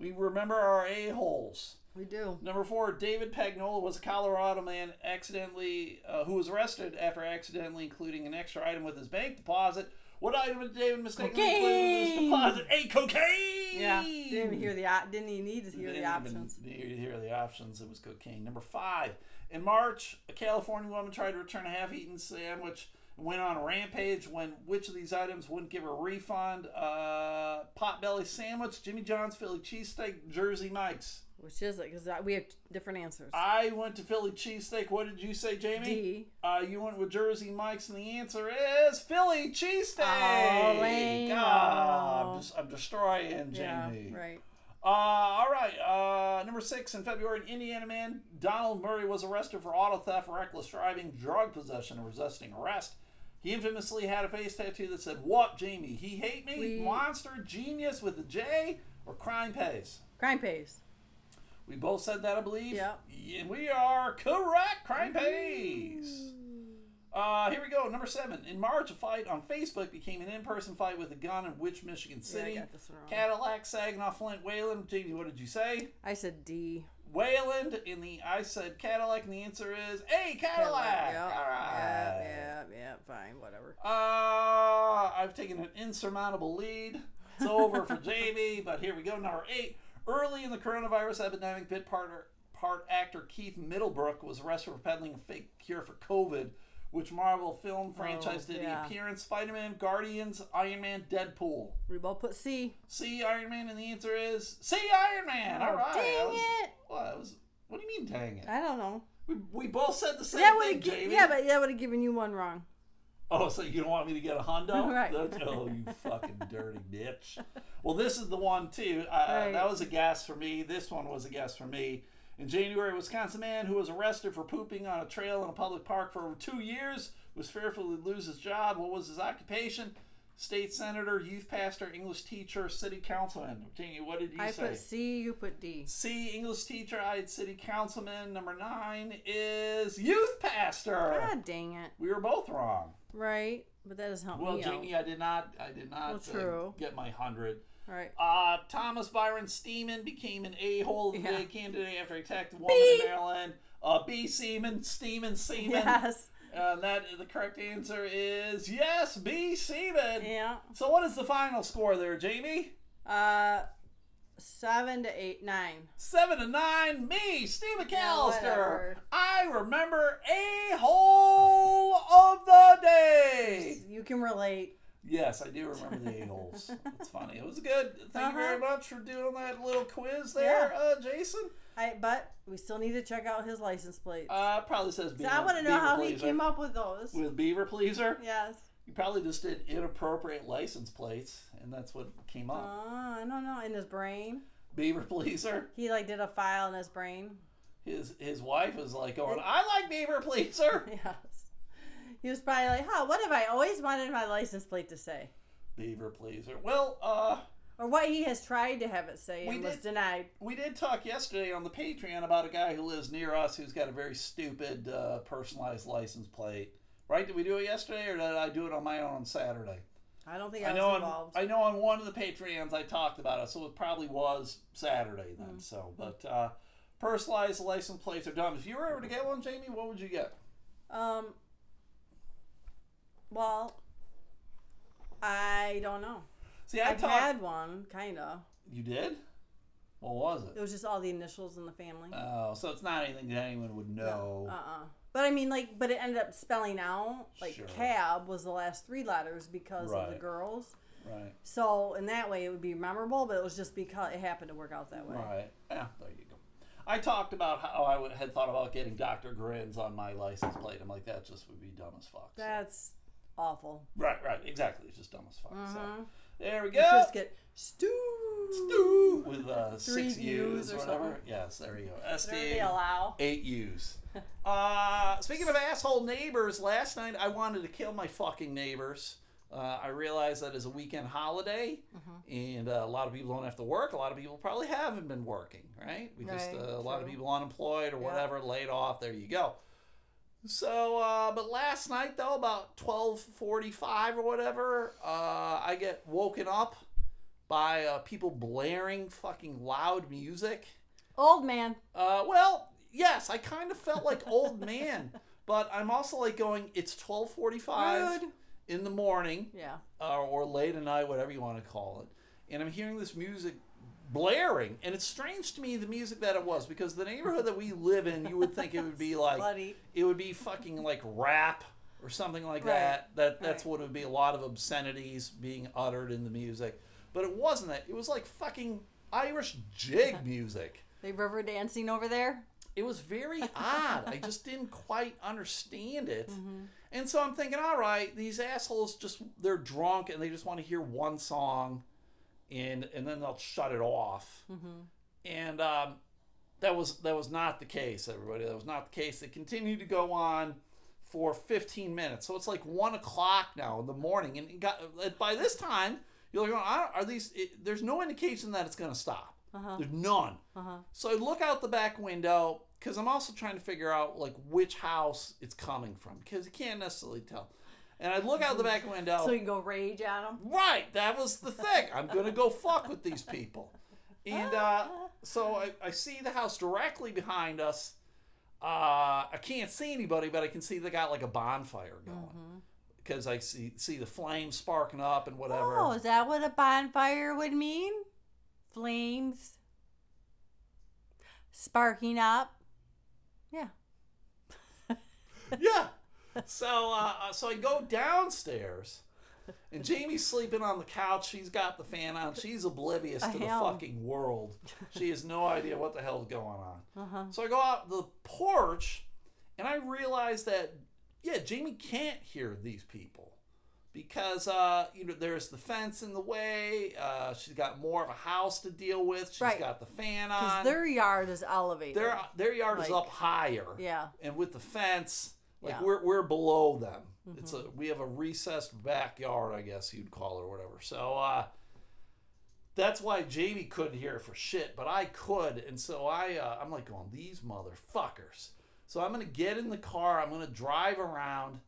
A: We remember our a holes.
B: we do.
A: Number four, David Pagnola was a Colorado man accidentally uh, who was arrested after accidentally including an extra item with his bank deposit. What item did David mistakenly
B: Cocaine.
A: include with his deposit? A cocaine.
B: Yeah. Didn't even hear the op- didn't even need to hear
A: Didn't
B: the options.
A: Even, hear- hear the options. It was cocaine. Number five, in March, a California woman tried to return a half-eaten sandwich. and Went on a rampage when which of these items wouldn't give her a refund? Uh, Potbelly sandwich, Jimmy John's Philly cheesesteak, Jersey Mike's.
B: Which is it? Because we have t- different answers.
A: I went to Philly cheesesteak. What did you say, Jamie?
B: D.
A: Uh, you went with Jersey Mike's, and the answer is Philly
B: Oh,
A: cheesesteak.
B: lame.
A: God, I'm, just, I'm destroying
B: yeah.
A: Jamie.
B: Right.
A: Uh, all right. Uh, number six in February, an Indiana man, Donald Murray, was arrested for auto theft, reckless driving, drug possession, and resisting arrest. He infamously had a face tattoo that said, "What, Jamie? He hate me?
B: We-
A: Monster, genius with a J, or crime pays."
B: Crime pays.
A: We both said that, I believe.
B: Yep.
A: And we are correct. Crime pays. Uh, here we go. Number seven. In March, a fight on Facebook became an in-person fight with a gun in which Michigan City?
B: got this one wrong.
A: Cadillac, Saginaw, Flint, Wayland. Jamie, what did you say?
B: I said D.
A: Wayland. In the I said Cadillac, and the answer is A Cadillac.
B: Yep.
A: All right.
B: Yep. Yep. Yep. Fine. Whatever.
A: Uh, I've taken an insurmountable lead. It's over for Jamie, but here we go. Number eight. Early in the coronavirus epidemic, bit partner, part actor Keith Middlebrook was arrested for peddling a fake cure for COVID, which Marvel film franchise did
B: Oh, yeah.
A: he appear in Spider Man, Guardians, Iron Man, Deadpool?
B: We both put C.
A: See Iron Man, and the answer is see Iron Man. All right. I
B: Oh, Dang
A: was-
B: it!
A: Well, I was, what do you mean, dang it?
B: I don't know.
A: We, we both said the same
B: That would
A: thing,
B: have gi-
A: Jamie.
B: yeah, but that would have given you one wrong.
A: Oh, so you don't want me to get a Honda?
B: Right.
A: That's- oh, you fucking dirty bitch. Well, this is the one, too. Uh,
B: Right.
A: That was a guess for me. This one was a guess for me. In January, a Wisconsin man who was arrested for pooping on a trail in a public park for over two years was fearful he'd lose his job. What was his occupation? State senator, youth pastor, English teacher, city councilman. Jamie, what did you
B: I
A: say?
B: put C. You put D.
A: C, English teacher, I had city councilman. Number nine is youth pastor.
B: God dang it!
A: We were both wrong.
B: Right, but that doesn't help
A: Well,
B: me
A: Jamie, I did not. I did not
B: Well, true.
A: Uh, get my hundred.
B: out. All right.
A: Uh, Thomas Byron Steeman became an a-hole of the
B: Yeah.
A: day candidate after he attacked a woman in Maryland. Uh, B. Seaman, Steeman, Seaman.
B: Yes.
A: Uh, that the correct answer is yes, B. Seaman.
B: Yeah.
A: So what is the final score there, Jamie?
B: Uh, seven to eight, nine.
A: Seven to nine. Me, Steve McAllister.
B: whatever.
A: I remember a-hole of the day.
B: You can relate.
A: Yes, I do remember the a-holes. It's funny. It was good. Thank you very much for doing that little quiz there,
B: Uh-huh. Yeah.
A: uh, Jason.
B: I but we still need to check out his license plate.
A: Uh, probably says
B: so
A: beaver.
B: I want to know
A: beaver
B: how he
A: pleaser.
B: came up with those.
A: with beaver pleaser.
B: yes.
A: You probably just did inappropriate license plates, and that's what came
B: Uh,
A: up.
B: I don't know. In his brain,
A: Beaver pleaser.
B: he like did a file in his brain.
A: His his wife is like going, I like beaver pleaser.
B: Yes. He was probably like, "Huh? What have I always wanted my license plate to say?"
A: beaver pleaser. Well, uh,
B: Or what he has tried to have it say
A: We
B: and was
A: did-
B: denied.
A: we did talk yesterday on the Patreon about a guy who lives near us who's got a very stupid uh, personalized license plate Right? Did we do it yesterday, or did I do it on my own on Saturday?
B: I don't think I,
A: I know
B: was
A: on
B: involved.
A: I know on one of the Patreons I talked about it, so it probably was Saturday
B: Mm.
A: then. So, but uh, personalized license plates are dumb. If you were ever to get one, Jamie, what would you get?
B: um, well, I don't know.
A: See, I
B: I've
A: talked.
B: had one, kind of.
A: You did? What was
B: It
A: it?
B: was just all the initials in the family.
A: Oh, so it's not anything that anyone would know.
B: Uh uh But I mean, like, but it ended up spelling out like
A: Sure.
B: cab was the last three letters because of the
A: Right.
B: girls.
A: Right.
B: So in that way, it would be memorable. But it was just because it happened to work out that way.
A: Right. Yeah, there you go. I talked about how I would, had thought about getting Dr. Grins on my license plate. I'm like, that just would be dumb as fuck. So-
B: That's awful.
A: Right, right. Exactly. It's just dumb as fuck. So there we go.
B: Mm-hmm. You just get stewed.
A: Stu with uh,
B: Three
A: six U's
B: U's
A: or
B: or
A: whatever.
B: something.
A: Yes, there you go.
B: Whatever they
A: SD
B: allow.
A: eight U's. Uh, speaking of asshole neighbors, last night I wanted to kill my fucking neighbors. Uh, I realized that is a weekend holiday,
B: Mm-hmm.
A: and uh, a lot of people don't have to work. A lot of people probably haven't been working, right? We just
B: Right,
A: uh, a lot of
B: true.
A: people unemployed or whatever, laid off. There you go. So, uh, but last night though, about twelve forty-five or whatever, uh, I get woken up by uh, people blaring fucking loud music.
B: Old man.
A: Uh, well, yes, I kind of felt like old man, but I'm also like going. It's twelve forty-five
B: Rude.
A: in the morning
B: Yeah.
A: uh, or late at night, whatever you want to call it. And I'm hearing this music blaring, and it's strange to me the music that it was because the neighborhood that we live in, you would think it would be like
B: Bloody.
A: it would be fucking like rap or something like that. That that's
B: Right.
A: what it would be a lot of obscenities being uttered in the music, but it wasn't that. It was like fucking Irish jig music.
B: They river dancing over there.
A: It was very odd. I just didn't quite understand it. And so I'm thinking, all right, these assholes just they're drunk and they just want to hear one song and and then they'll shut it off. And um, that was that was not the case, everybody. That was not the case. It continued to go on for 15 minutes. So it's like one o'clock now in the morning, and it got and by this time you're like, "Oh, I- are these? It, there's no indication that it's gonna stop. There's none. So I look out the back window because I'm also trying to figure out like which house it's coming from because you can't necessarily tell. And I look out the back window.
B: So you can go rage at them.
A: Right, that was the thing. I'm gonna go fuck with these people. And uh, so I, I see the house directly behind us. Uh, I can't see anybody, but I can see they got like a bonfire going because I see see the flames sparking up and whatever.
B: Oh, is that what a bonfire would mean? Flames sparking up. Yeah.
A: yeah. So uh, uh, so I go downstairs, and Jamie's sleeping on the couch. She's got the fan on. She's oblivious
B: I
A: to the
B: am.
A: fucking world. She has no idea what the hell's going on.
B: Uh-huh.
A: So I go out the porch, and I realize that yeah, Jamie can't hear these people because uh, you know there's the fence in the way. Uh, she's got more of a house to deal with. She's
B: Right.
A: got the fan
B: Because
A: on.
B: their yard is elevated.
A: their their yard is
B: like-
A: up higher
B: yeah.
A: and with the fence like
B: Yeah. Mm-hmm.
A: we're, we're below them it's a we have a recessed backyard i guess you'd call it or whatever so uh that's why jamie couldn't hear it for shit but i could and so i uh, i'm like going these motherfuckers so i'm gonna get in the car i'm gonna drive around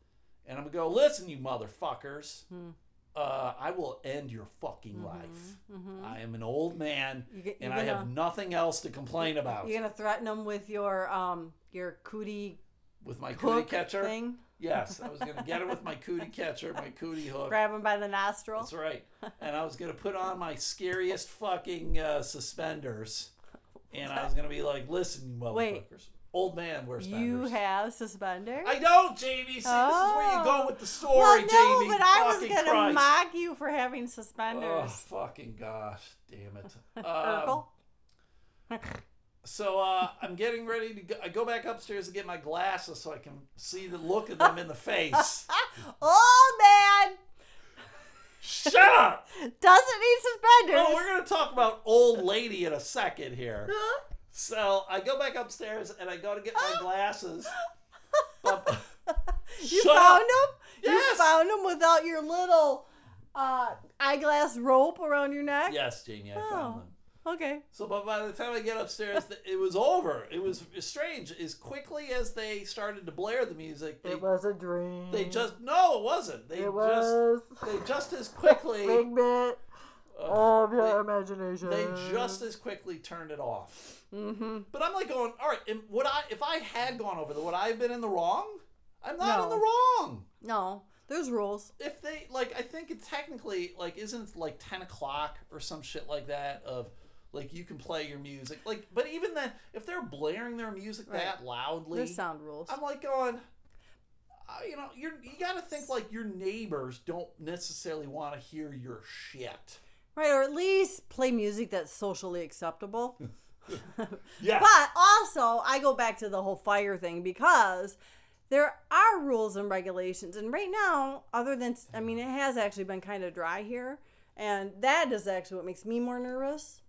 A: and i'm gonna go listen you motherfuckers
B: Hmm.
A: uh, i will end your fucking life i am an old man
B: Mm-hmm. You get-
A: and
B: you're
A: i have
B: gonna-
A: nothing else to complain about
B: You're gonna threaten them with your um your cootie
A: with my cootie
B: hook
A: catcher
B: thing.
A: Yes, I was gonna get it with my cootie catcher, my cootie hook.
B: Grab them by the nostril.
A: That's right. And I was gonna put on my scariest fucking uh, suspenders, and I was gonna be like, "Listen, you motherfuckers,
B: Wait.
A: old man wears suspenders."
B: You have suspenders.
A: I don't, Jamie. See, this is where you
B: Oh.
A: go with the story,
B: well, no,
A: Jamie.
B: but I was
A: Fucking
B: gonna
A: Christ.
B: mock you for having
A: Oh,
B: suspenders.
A: fucking gosh, damn it. Um,
B: Urkel.
A: so uh, I'm getting ready to go. I go back upstairs to get my glasses so I can see the look of them in the face.
B: Old
A: Shut up.
B: man Oh, doesn't need
A: Well,
B: suspenders.
A: Oh, we're gonna talk about old lady in a second here. So I go back upstairs and I go to get my glasses. But,
B: You
A: Shut up.
B: found him? You
A: uh, Yes.
B: found him without your little uh, eyeglass rope around your neck?
A: Yes, Jamie, I
B: Oh.
A: found them.
B: Okay.
A: So, but by the time I get upstairs, th- it was over. It was strange. As quickly as they started to blare the music, they,
C: It was a dream.
A: they just no, it wasn't. They
C: It
A: just
C: was.
A: they just as quickly
C: Figment of your imagination.
A: they
B: Mm.
A: just as quickly turned it off. Mm-hmm. But I'm like going, all right. And would I if I had gone over there, would I have been in the wrong? I'm not in
B: No.
A: the wrong.
B: No, there's rules.
A: if they like i think it technically like isn't it like 10 o'clock or some shit like that of like you can play your music like but even then if they're blaring their music that loudly
B: There's sound rules.
A: i'm like going uh, you know you're, you gotta think like your neighbors don't necessarily want to hear your shit
B: Right, or at least play music that's socially acceptable.
A: yeah
B: But also, I go back to the whole fire thing because there are rules and regulations. And right now, other than, I mean, it has actually been kind of dry here. And that is actually what makes me more nervous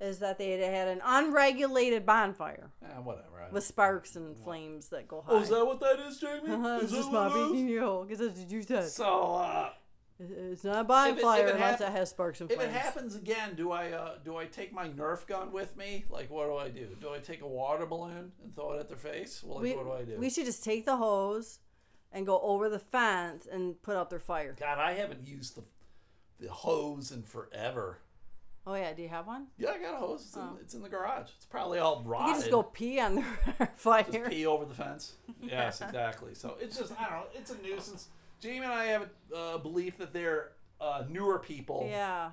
B: is that they had had an unregulated bonfire
A: Eh, whatever I-
B: with sparks and flames that go high.
A: oh is that what that is jamie
B: Uh-huh,
A: is
B: it's just
A: that what
B: my
A: it is?
B: big deal because that's what you said.
A: so uh
B: It's not a
A: if it
B: bonfire unless
A: hap-
B: it has sparks and
A: If
B: flames.
A: it happens again, do I uh, do I take my Nerf gun with me? Like, what do I do? Do I take a water balloon and throw it at their face? Well, like,
B: we,
A: what do I do?
B: we should just take the hose and go over the fence and put out their fire.
A: God, I haven't used the the hose in forever.
B: Oh yeah, do you have one?
A: Yeah, I got a hose. It's, in, it's in the garage. It's probably all
B: Oh. You
A: rotted.
B: can just go pee on the fire.
A: Just pee over the fence. Yes, exactly. So it's just I don't know. It's a nuisance. Jamie and I have a uh, belief that they're uh, newer people.
B: Yeah.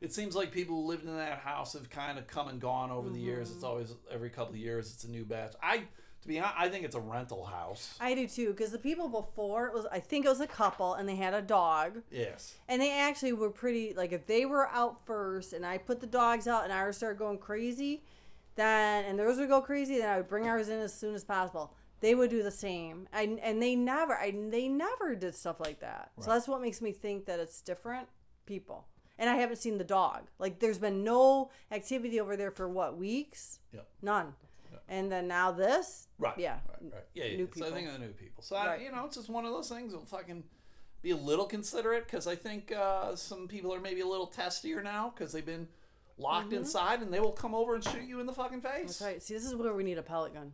A: it seems like people who lived in that house have kind of come and gone over the years.
B: Mm-hmm.
A: It's always every couple of years, it's a new batch. I, to be honest, I think it's a rental house.
B: I do too, because the people before it was I think it was a couple and they had a dog.
A: Yes.
B: And they actually were pretty like if they were out first and I put the dogs out and ours started going crazy, then and theirs would go crazy, then I would bring ours in as soon as possible. They would do the same. And and they never I, they never did stuff like that. So that's what makes me think that it's different people. And I haven't seen the dog. Like there's been no activity over there for what, weeks?
A: Yep.
B: None. And then now this?
A: Right.
B: Yeah.
A: Right. right. Yeah. yeah.
B: New
A: So I
B: people.
A: think of the new people. So I,
B: Right.
A: you know, it's just one of those things. We'll fucking be a little considerate because I think uh, some people are maybe a little testier now because they've been locked inside and they will come over and shoot you in the fucking face.
B: Mm-hmm. That's right. See, this is where we need a pellet gun.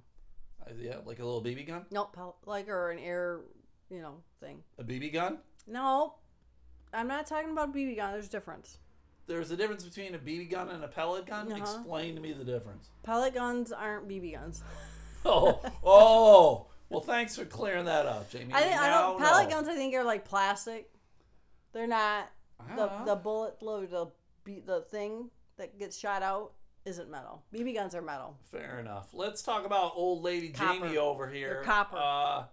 A: Uh, yeah, like a little BB gun.
B: No, pellet, like, or an air, you know, thing.
A: A BB gun.
B: No, I'm not talking about BB gun. There's a difference.
A: There's a difference between a BB gun and a pellet gun.
B: Uh-huh.
A: Explain to me the difference.
B: Pellet guns aren't BB guns.
A: oh, oh. Well, thanks for clearing that up, Jamie.
B: I, think, I don't.
A: Now
B: Pellet
A: know.
B: guns, I think, are like plastic. They're not the
A: Uh-huh.
B: the bullet load the be- the thing that gets shot out isn't metal. BB guns are metal.
A: Fair enough. Let's talk about old lady
B: Copper.
A: Jamie over here.
B: They're copper.
A: Uh,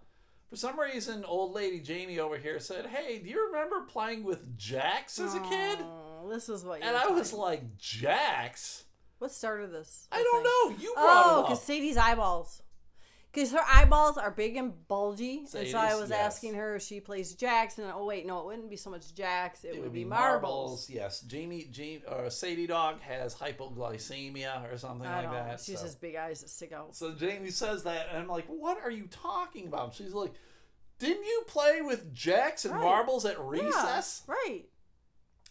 A: for some reason, old lady Jamie over here said, "Hey, do you remember playing with jacks as a kid?"
B: Oh, this is what.
A: And
B: you're
A: I was
B: talking-
A: like, "Jacks?
B: what started this?
A: I
B: whole
A: don't
B: thing?
A: know. You brought
B: Oh,
A: it up."
B: because Sadie's eyeballs. Because her eyeballs are big and bulgy. and so I
A: Sadie's,
B: was
A: yes.
B: asking her if she plays jacks. And oh, wait, no, it wouldn't be so much jacks. It,
A: It
B: would, be marbles.
A: Yes, Jamie, Jamie, or Sadie Dog has hypoglycemia or something
B: I
A: like
B: don't know.
A: that.
B: She's
A: so.
B: just big eyes that stick out.
A: So Jamie says that, and I'm like, "What are you talking about?" She's like, "Didn't you play with jacks and
B: Right.
A: marbles at
B: Yeah,
A: recess?"
B: right.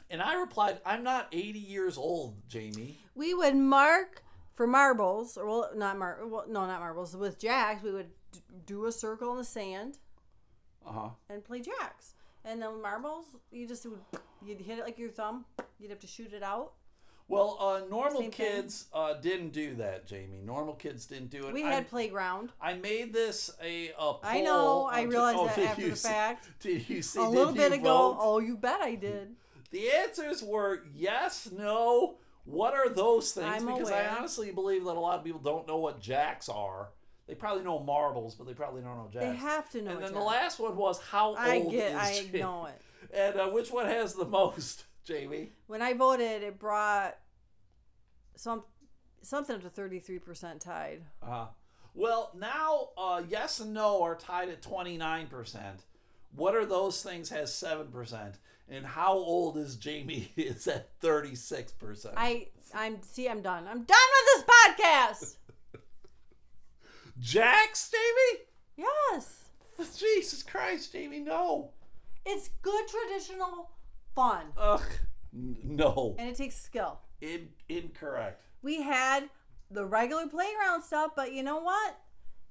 A: And I replied, "I'm not 80 years old, Jamie."
B: We would mark for marbles, or well, not mar. Well, no, not marbles. With jacks, we would d- do a circle in the sand
A: Uh huh.
B: and play jacks. And then marbles, you just would you'd hit it like your thumb. You'd have to shoot it out.
A: Well, uh, normal
B: Same thing.
A: kids uh, didn't do that, Jamie. Normal kids didn't do it.
B: We
A: I-
B: had playground.
A: I made this a, a poll.
B: I know. I
A: on-
B: realized
A: oh,
B: that
A: did
B: after
A: you
B: the
A: see-
B: fact.
A: Did you see?
B: a
A: did
B: little
A: you
B: bit ago.
A: vote?
B: Oh, you bet I did.
A: The answers were yes, no. What are those things?
B: I'm
A: because
B: aware.
A: I honestly believe that a lot of people don't know what jacks are. They probably know marbles, but they probably don't know jacks.
B: They have to know.
A: and
B: it,
A: then the
B: Jeff.
A: last one was how
B: I
A: old
B: get.
A: is
B: I
A: Jamie?
B: know it.
A: And uh, which one has the most, Jamie?
B: When I voted, it brought some something up to thirty three percent tied.
A: Uh, well, now uh, yes and no are tied at twenty nine percent. What are those things has seven percent, and how old is Jamie is at thirty six percent.
B: I I'm see. I'm done. I'm done with this podcast.
A: Jacks, Jamie.
B: yes,
A: Jesus Christ, Jamie, no.
B: it's good traditional fun,
A: Ugh, n- no.
B: and it takes skill.
A: In, incorrect.
B: We had the regular playground stuff, but you know what?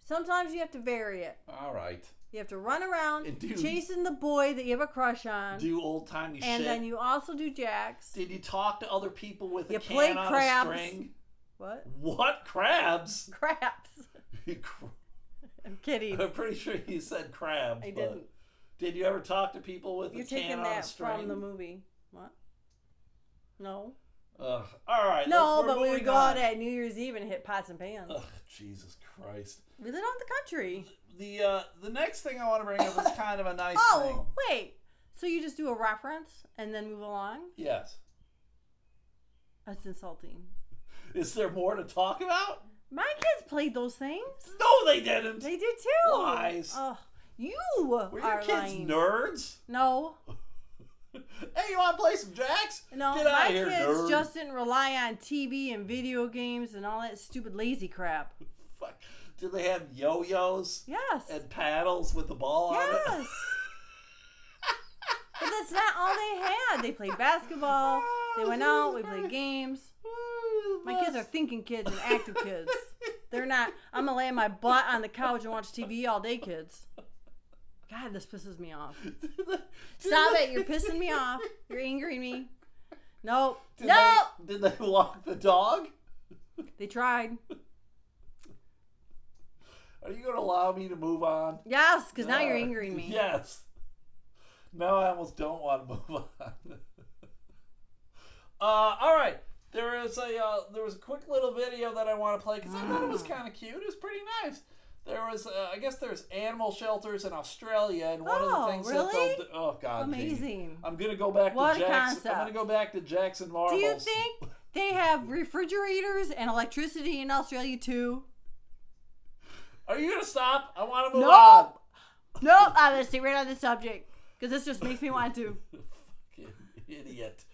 B: Sometimes you have to vary it.
A: All right.
B: You have to run around
A: And do-
B: chasing the boy that you have a crush on,
A: Do old timey shit.
B: and then you also do jacks.
A: Did you talk to other people with a
B: You
A: can
B: play
A: on
B: crabs.
A: a string?
B: What?
A: What crabs?
B: Craps. I'm kidding.
A: I'm pretty sure you said crabs.
B: I
A: but
B: didn't.
A: Did you ever talk to people with
B: You're
A: a can
B: taking
A: on a
B: that
A: string?
B: from the movie. What? No.
A: Ugh. All right.
B: No,
A: let's- we're
B: but we would
A: moving
B: go
A: on.
B: out at New Year's Eve and hit pots and pans.
A: Ugh, Jesus Christ.
B: We lived out in the country.
A: The uh, the next thing I want to bring up is kind of a nice
B: Oh, wait. So you just do a reference and then move along?
A: thing. Yes.
B: That's insulting.
A: Is there more to talk about?
B: My kids played those things.
A: No, they didn't.
B: They did too.
A: Lies.
B: Oh, you
A: Were your
B: are
A: kids
B: lying.
A: nerds?
B: no,
A: Hey, you want to play some jacks?
B: no.
A: Get out
B: my
A: of here,
B: kids
A: nerd.
B: just didn't rely on TV and video games and all that stupid lazy crap.
A: Fuck. Did they have yo-yos
B: Yes.
A: and paddles with the ball on it?
B: Yes. but that's not all they had. They played basketball. They
A: Oh,
B: went out. We played games. My kids are thinking kids and active kids. They're not. I'm gonna lay on my butt on the couch and watch TV all day, kids. God, this pisses me off. Stop it! You're pissing me off. You're angering me. Nope.
A: Did
B: nope.
A: They, did they walk the dog?
B: They tried.
A: Are you going to allow me to move on?
B: Yes, because now you're
A: Uh,
B: angering me.
A: Yes. Now I almost don't want to move on. uh, all right. There is a uh, there was a quick little video that I want to play because I thought it
B: Ah.
A: was kind of cute. It was pretty nice. There was uh, I guess there's animal shelters in Australia, and one of
B: Oh,
A: the things that
B: really?
A: they'll do, oh god, Jamie.
B: Amazing.
A: I'm gonna go back
B: What
A: to
B: a
A: Jackson.
B: concept.
A: I'm gonna go back to Jackson
B: Do
A: Marbles.
B: you think they have refrigerators and electricity in Australia too?
A: Are you gonna stop? I want to move on.
B: Nope. Nope. I'm gonna stay right on the subject because this just makes me want to.
A: Fucking idiot.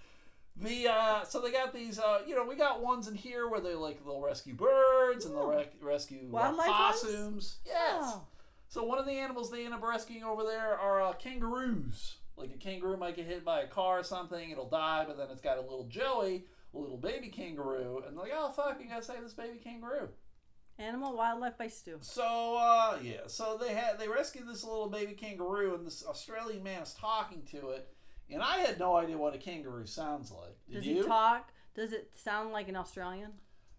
A: The uh, so they got these. Uh, you know, we got ones in here where they like they'll rescue birds and they'll rec- rescue uh,
B: Wildlife ones? Oh.
A: possums. Yes. So one of the animals they end up rescuing over there are uh, kangaroos. Like a kangaroo might get hit by a car or something, it'll die, but then it's got a little Joey, a little baby kangaroo, and they're like, oh fuck, we gotta save this baby kangaroo.
B: Animal wildlife by Stu.
A: So uh, yeah, so they had they rescued this little baby kangaroo, and this Australian man is talking to it, and I had no idea what a kangaroo sounds like. Did
B: Does
A: you?
B: he talk? Does it sound like an Australian?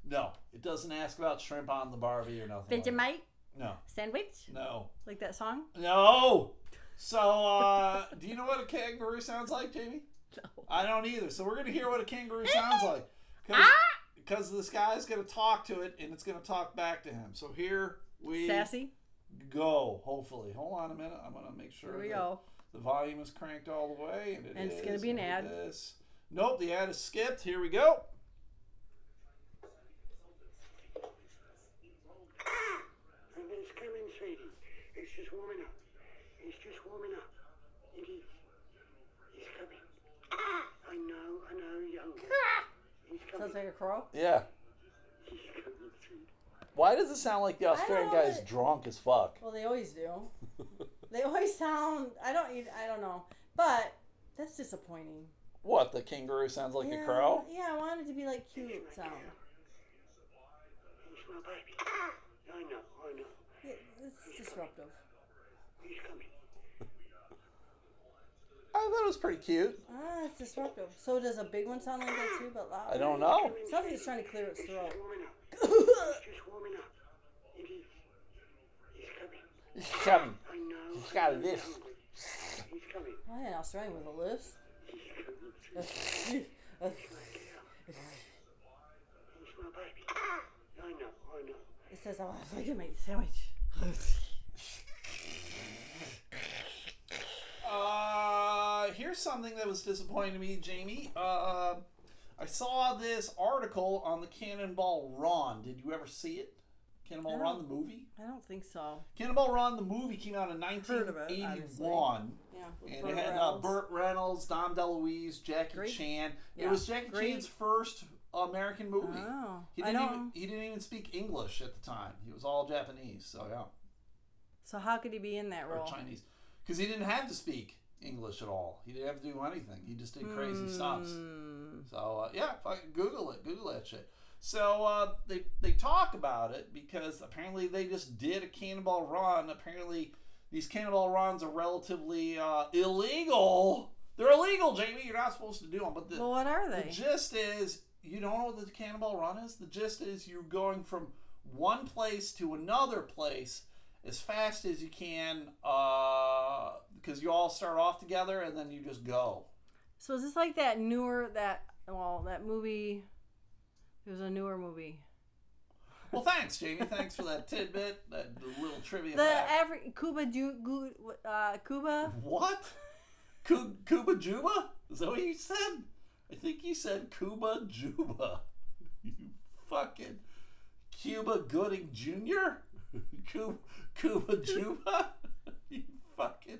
A: No, it doesn't ask about shrimp on the Barbie or nothing. like that.
B: Vegemite
A: No,
B: sandwich,
A: no,
B: like that song.
A: no. So uh, do you know what a kangaroo sounds like, Jamie?
B: No.
A: I don't either. So we're gonna hear what a kangaroo sounds like,
B: Ah!
A: because this guy's gonna talk to it, and it's gonna talk back to him. So here we
B: Sassy.
A: go. Hopefully, hold on a minute. I'm gonna make sure.
B: Here we
A: that-
B: go.
A: The volume is cranked all the way, and it
B: And it's
A: is,
B: gonna be an
A: and it
B: ad.
A: is. Nope, the ad is skipped. Here we go.
D: Everything's coming, sweetie. It's just warming up. It's just warming up. It is. It's coming. I know, I know, young. He's coming.
B: Sounds like a crow.
A: Yeah.
D: He's coming, sweetie.
A: Why does it sound like the Australian guy
B: Australian know, guy
A: is
B: is but-
A: drunk as fuck?
B: Well, they always do. they always sound. I don't. even- I don't know. But that's disappointing.
A: What, the kangaroo sounds like
B: yeah,
A: a crow?
B: Yeah, I wanted to be like cute sound.
D: He's my baby. I know, I know.
B: It, it's disruptive.
D: He's coming.
A: I thought it was pretty cute.
B: Ah, it's disruptive. So does a big one sound like that too, but loud?
A: I don't know.
B: Sounds like it's trying to clear its
D: It's
B: throat.
D: just warming up. It's just warming up. It is. He's coming.
A: He's coming.
D: I know.
A: He's got
D: I know,
A: this.
D: young. He's coming.
B: Why an Australian with a lisp?
D: He's coming, sweetie. He's my baby. I know, I know.
B: It says, "Oh, I want a vegemite sandwich.
A: Uh, here's something that was disappointing to me, Jamie. Uh, I saw this article on the Cannonball Run. Did you ever see it? Cannonball Run, the movie?
B: I don't think so.
A: Cannonball Run, the movie came out in
B: of it, obviously.
A: 1981.
B: Yeah. with
A: And
B: Burt
A: it had uh,
B: Reynolds.
A: Burt Reynolds, Dom DeLuise, Jackie
B: Great.
A: Chan. It
B: Yeah.
A: was Jackie
B: Great.
A: Chan's first American movie.
B: Oh,
A: he
B: I
A: didn't
B: don't-
A: even he didn't even speak English at the time. He was all Japanese, so yeah,
B: So how could he be in that
A: or
B: role?
A: Chinese, because he didn't have to speak English at all. He didn't have to do anything. He just did crazy
B: Hmm.
A: stunts. So uh, yeah, fucking Google it. Google that shit. So uh, they they talk about it because apparently they just did a cannonball run. Apparently these cannonball runs are relatively uh, illegal. They're illegal, Jamie. You're not supposed to do them. But the,
B: Well, what are
A: the
B: they?
A: gist is you don't know what the cannonball run is. The gist is you're going from one place to another place as fast as you can because you all start off together and then you just go.
B: So is this like that newer that well that movie? It was a newer movie.
A: Well, thanks, Jamie. Thanks for that tidbit, that little trivia
B: The
A: fact.
B: every Cuba Ju, Gu, uh, Cuba.
A: what? Cu- Cuba Juba? Is that what you said? I think you said Cuba Juba. you fucking Cuba Gooding Jr.? Cuba, Cuba Juba? you fucking.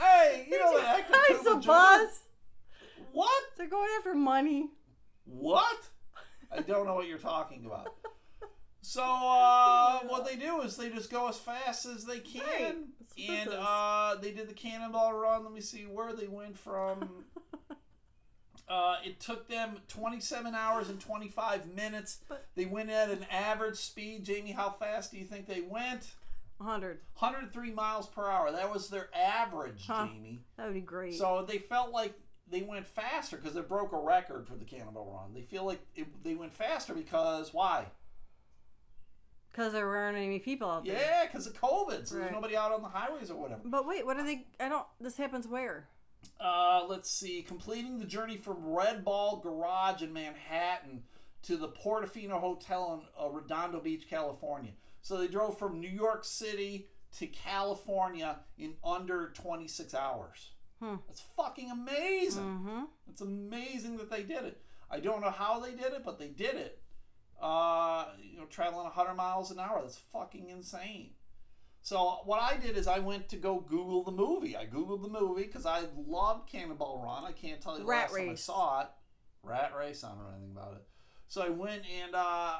A: Hey, you know that actor
B: Guys,
A: Cuba
B: the
A: Juba?
B: bus.
A: What?
B: They're going after money.
A: What? I don't know what you're talking about. So uh, what they do is they just go as fast as they can,
B: Right. That's what this
A: and
B: is.
A: uh, they did the cannonball run. Let me see where they went from. uh, it took them 27 hours and 25 minutes.
B: But-
A: they went at an average speed. Jamie, how fast do you think they went?
B: hundred.
A: 103 miles per hour. That was their average,
B: Huh.
A: Jamie.
B: That would be great.
A: So they felt like they went faster because they broke a record for the cannonball run. They feel like it, they went faster because why?
B: Because there weren't any people out there.
A: Yeah, because of COVID. So there's
B: Right.
A: nobody out on the highways or whatever.
B: But wait, what are they? I don't. This happens where?
A: Uh, let's see. Completing the journey from Red Ball Garage in Manhattan to the Portofino Hotel in uh, Redondo Beach, California. So they drove from New York City to California in under 26 hours. That's fucking amazing.
B: Mm-hmm.
A: It's amazing that they did it. I don't know how they did it, but they did it. Uh, you know, traveling 100 miles an hour. That's fucking insane. So what I did is I went to go Google the movie. I Googled the movie because I loved Cannonball Run. I can't tell you the
B: Rat
A: last time I
B: Race.
A: saw it. Rat Race. I don't know anything about it. So I went and uh,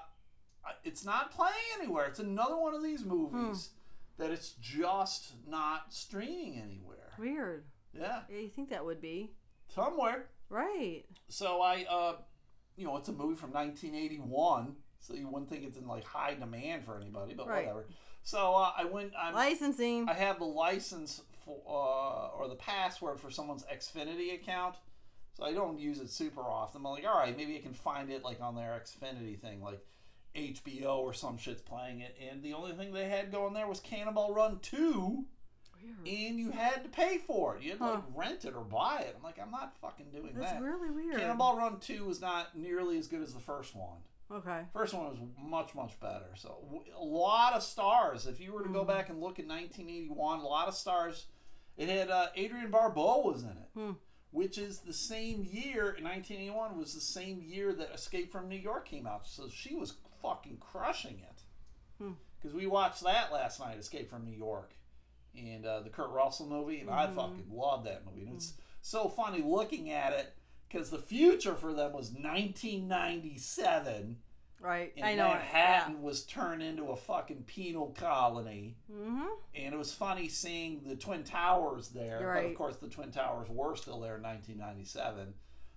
A: I- it's not playing anywhere. It's another one of these movies
B: Hmm.
A: that it's just not streaming anywhere.
B: Weird.
A: Yeah,
B: Yeah, you think that would be
A: somewhere.
B: right?
A: So I, uh, you know, it's a movie from 1981, so you wouldn't think it's in like high demand for anybody, but
B: Right.
A: whatever. So uh, I went. I'm,
B: Licensing.
A: I have the license for uh, or the password for someone's Xfinity account, so I don't use it super often. I'm like, all right, maybe I can find it like on their Xfinity thing, like HBO or some shit's playing it. And the only thing they had going there was Cannonball Run Two,
B: Weird.
A: and you had to pay for it. You had to like
B: Huh.
A: rent it or buy it. I'm like, I'm not fucking doing
B: That's
A: that.
B: really weird.
A: Cannonball Run 2 was not nearly as good as the first one.
B: Okay.
A: First one was much, much better. So, w- a lot of stars. If you were to go back and look at 1981, a lot of stars. It had uh, Adrian Barbeau was in it, which is the same year, in 1981, was the same year that Escape from New York came out. So, she was fucking crushing it. Because we watched that last night, Escape from New York, and uh, the Kurt Russell movie, and I fucking love that movie. And it's so funny looking at it because the future for them was 1997,
B: Right.
A: and
B: I know. it.
A: Manhattan was turned into a fucking penal colony.
B: Mm-hmm.
A: And it was funny seeing the Twin Towers there. But of
B: Right.
A: course, the Twin Towers were still there in 1997.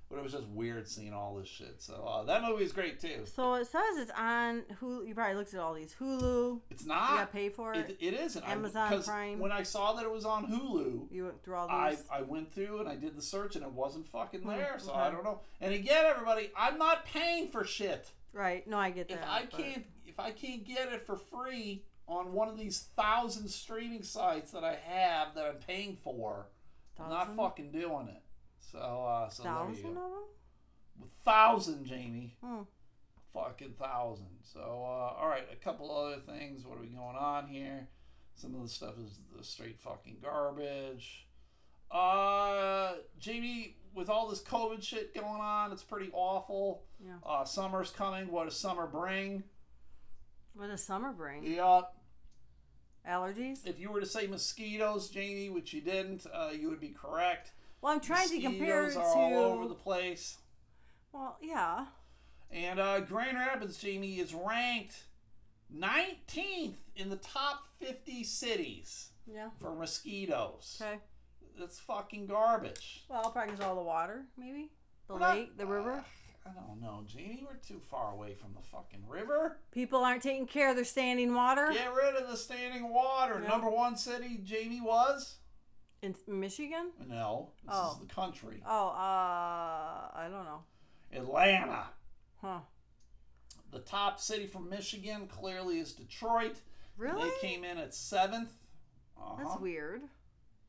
A: But it was just weird seeing all this shit. So uh, that movie is great too.
B: So it says it's on Hulu. You probably looked at all these Hulu.
A: It's not.
B: You gotta pay for
A: Ah,
B: it.
A: It, it isn't. I-
B: Amazon
A: 'cause
B: Prime.
A: When I saw that it was on Hulu,
B: You went through all
A: I,
B: these. Hmm,
A: I went through and I did the search and it wasn't fucking there. So I
B: okay.
A: don't know. And again, everybody, I'm not paying for shit.
B: right. No, I get that.
A: If I
B: but-
A: can't if I can't get it for free on one of these thousand streaming sites that I have that I'm paying for, i I'm not
B: Thousand?
A: fucking doing it. So uh, so there
B: thousand of
A: you go.
B: them.
A: Thousand, Jamie.
B: Hmm.
A: Fucking thousand. So, uh, all right, a couple other things. What are we going on here? Some of the stuff is the straight fucking garbage. Uh, Jamie, with all this COVID shit going on, it's pretty awful.
B: Yeah.
A: Uh, summer's coming. What does summer bring?
B: What does summer bring?
A: Yeah.
B: Allergies.
A: If you were to say mosquitoes, Jamie, which you didn't, uh, you would be correct.
B: Well, I'm trying to compare it
A: Mosquitoes are
B: to.
A: all over the place.
B: Well, yeah.
A: And uh, Grand Rapids, Jamie, is ranked 19th in the top 50 cities
B: Yeah.
A: for mosquitoes.
B: Okay.
A: that's fucking garbage.
B: Well, practice all the water, maybe Uh, the
A: We're not- Ah,
B: lake, the river.
A: I don't know, Jeannie. We're too far away from the fucking river.
B: People aren't taking care of their standing water
A: Get rid of the standing water.
B: Yeah.
A: Number one city Jamie was?
B: in Michigan.
A: No. This
B: Oh.
A: is the country.
B: Oh, uh, I don't know,
A: Atlanta.
B: huh?
A: The top city from Michigan clearly is Detroit.
B: Really?
A: They came in at seventh. Uh-huh.
B: That's weird.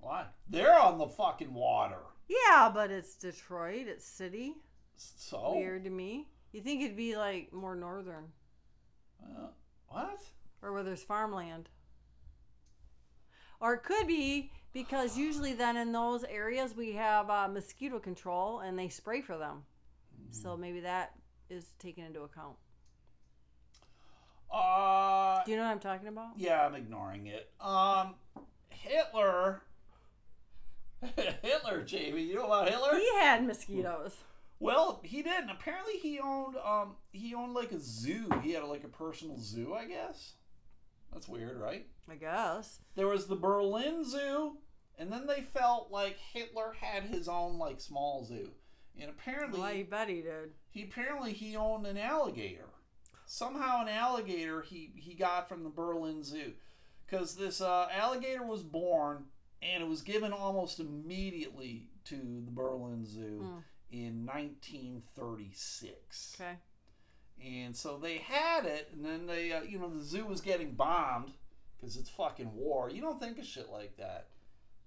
A: Why? They're on the fucking water.
B: Yeah, but it's Detroit. It's city.
A: So
B: Weird to me. You think it'd be like more northern
A: Uh, what?
B: or where there's farmland, or it could be because usually then in those areas we have uh, mosquito control and they spray for them, so
A: Mm-hmm.
B: maybe that is taken into account.
A: Uh,
B: Do you know what I'm talking about?
A: yeah, I'm ignoring it. Um, Hitler. Hitler, Jamie. You know about Hitler?
B: He had mosquitoes.
A: Well, he didn't. Apparently, he owned um he owned like a zoo. He had like a personal zoo, I guess. That's weird, right?
B: I guess.
A: There was the Berlin Zoo, and then they felt like Hitler had his own like small zoo, and apparently
B: Well, I bet he did.
A: he apparently he owned an alligator. Somehow, an alligator he he got from the Berlin Zoo, because this uh, alligator was born and it was given almost immediately to the Berlin Zoo in 1936.
B: Okay.
A: And so they had it, and then they, uh, you know, the zoo was getting bombed because it's fucking war. You don't think of shit like that.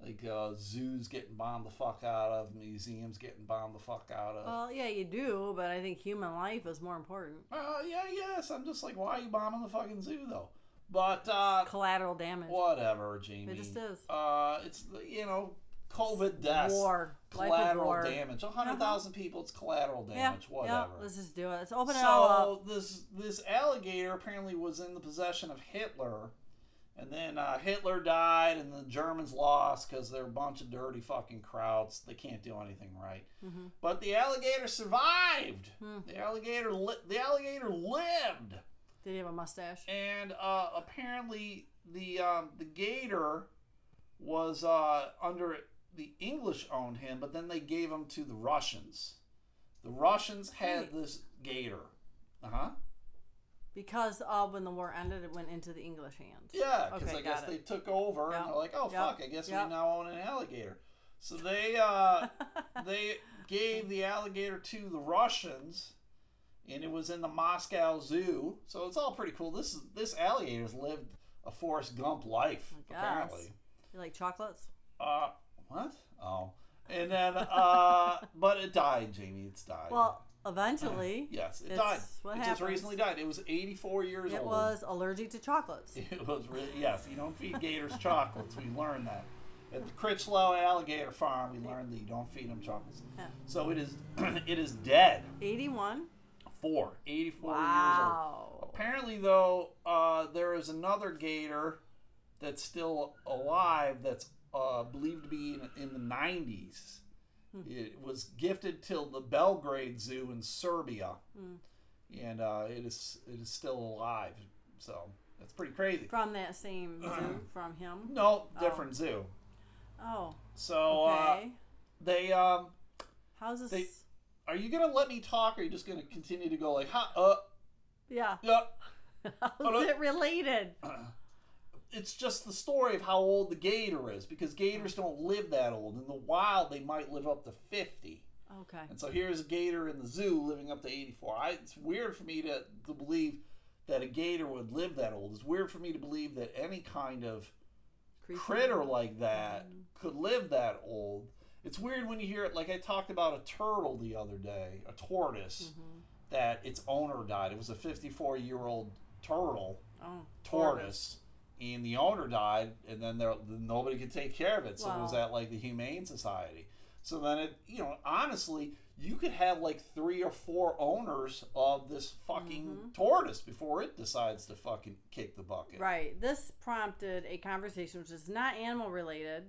A: Like uh, zoos getting bombed the fuck out of, museums getting bombed the fuck out of.
B: Well, yeah, you do, but I think human life is more important.
A: Uh, yeah, yes. I'm just like, why are you bombing the fucking zoo though? But uh,
B: Collateral damage.
A: whatever, Jamie.
B: It just is.
A: Uh, it's you know, COVID deaths,
B: War. Life is
A: collateral
B: war. Uh-huh.
A: damage. A hundred thousand people, it's collateral
B: Yeah.
A: damage.
B: Yeah.
A: Whatever.
B: Let's just do it. Let's open it all up.
A: so this this alligator apparently was in the possession of Hitler, and then uh, Hitler died, and the Germans lost because they're a bunch of dirty fucking crowds. They can't do anything right.
B: Mm-hmm.
A: But the alligator survived.
B: Hmm.
A: The alligator li- the alligator lived,
B: Did he have a mustache?
A: and uh, apparently the um, the gator was uh, under the English owned him, but then they gave him to the Russians. The Russians had this gator. Uh huh.
B: Because uh, when the war ended, it went into the English hands.
A: Yeah, because
B: Okay,
A: I guess
B: got
A: they
B: it.
A: took over
B: Yep.
A: and they're like, oh
B: Yep.
A: fuck, I guess
B: Yep.
A: we now own an alligator. So they uh, they gave the alligator to the Russians, and it was in the Moscow Zoo. So it's all pretty cool. This is this alligator's lived a Forrest Gump life
B: guess.
A: apparently.
B: You like chocolates?
A: Uh, what? Oh, and then uh, but it died, Jamie. It's died.
B: Well, eventually,
A: yes, it
B: it's
A: died.
B: what
A: it
B: happens.
A: just recently died. It was 84 years
B: it
A: old.
B: was allergic to chocolates.
A: It was really yes. You don't feed gators chocolates. We learned that at the Critchlow Alligator Farm. We learned that you don't feed them chocolates.
B: Yeah.
A: So it is it is dead
B: 81.
A: for 84 years old.
B: Wow.
A: Apparently, though, uh, there is another gator that's still alive that's uh, believed to be in, in the 90s.
B: Hmm.
A: It was gifted till the Belgrade Zoo in Serbia,
B: Hmm.
A: and uh, it is it is still alive. So that's pretty crazy.
B: From that same zoo, from him.
A: No, different zoo.
B: Oh,
A: So uh,
B: okay.
A: they um,
B: How's this?
A: they- are you gonna let me talk, or are you just gonna continue to go like, ha, uh,
B: yeah.
A: yeah? Oh,
B: How's it related?
A: It's just the story of how old the gator is, because gators don't live that old. In the wild, they might live up to fifty.
B: Okay.
A: And so here's a gator in the zoo living up to eighty-four. I, it's weird for me to to believe that a gator would live that old. It's weird for me to believe that any kind of
B: Creepy.
A: critter like that
B: Mm-hmm.
A: could live that old. It's weird when you hear it. Like I talked about a turtle the other day, a tortoise,
B: Mm-hmm.
A: that its owner died. It was a 54 year old turtle,
B: Oh,
A: tortoise, and the owner died, and then there nobody could take care of it. So it was
B: Wow.
A: at like the Humane Society. So then it, you know, honestly, you could have like three or four owners of this fucking tortoise before it decides to fucking kick the bucket.
B: Mm-hmm. Right. This prompted a conversation which is not animal related,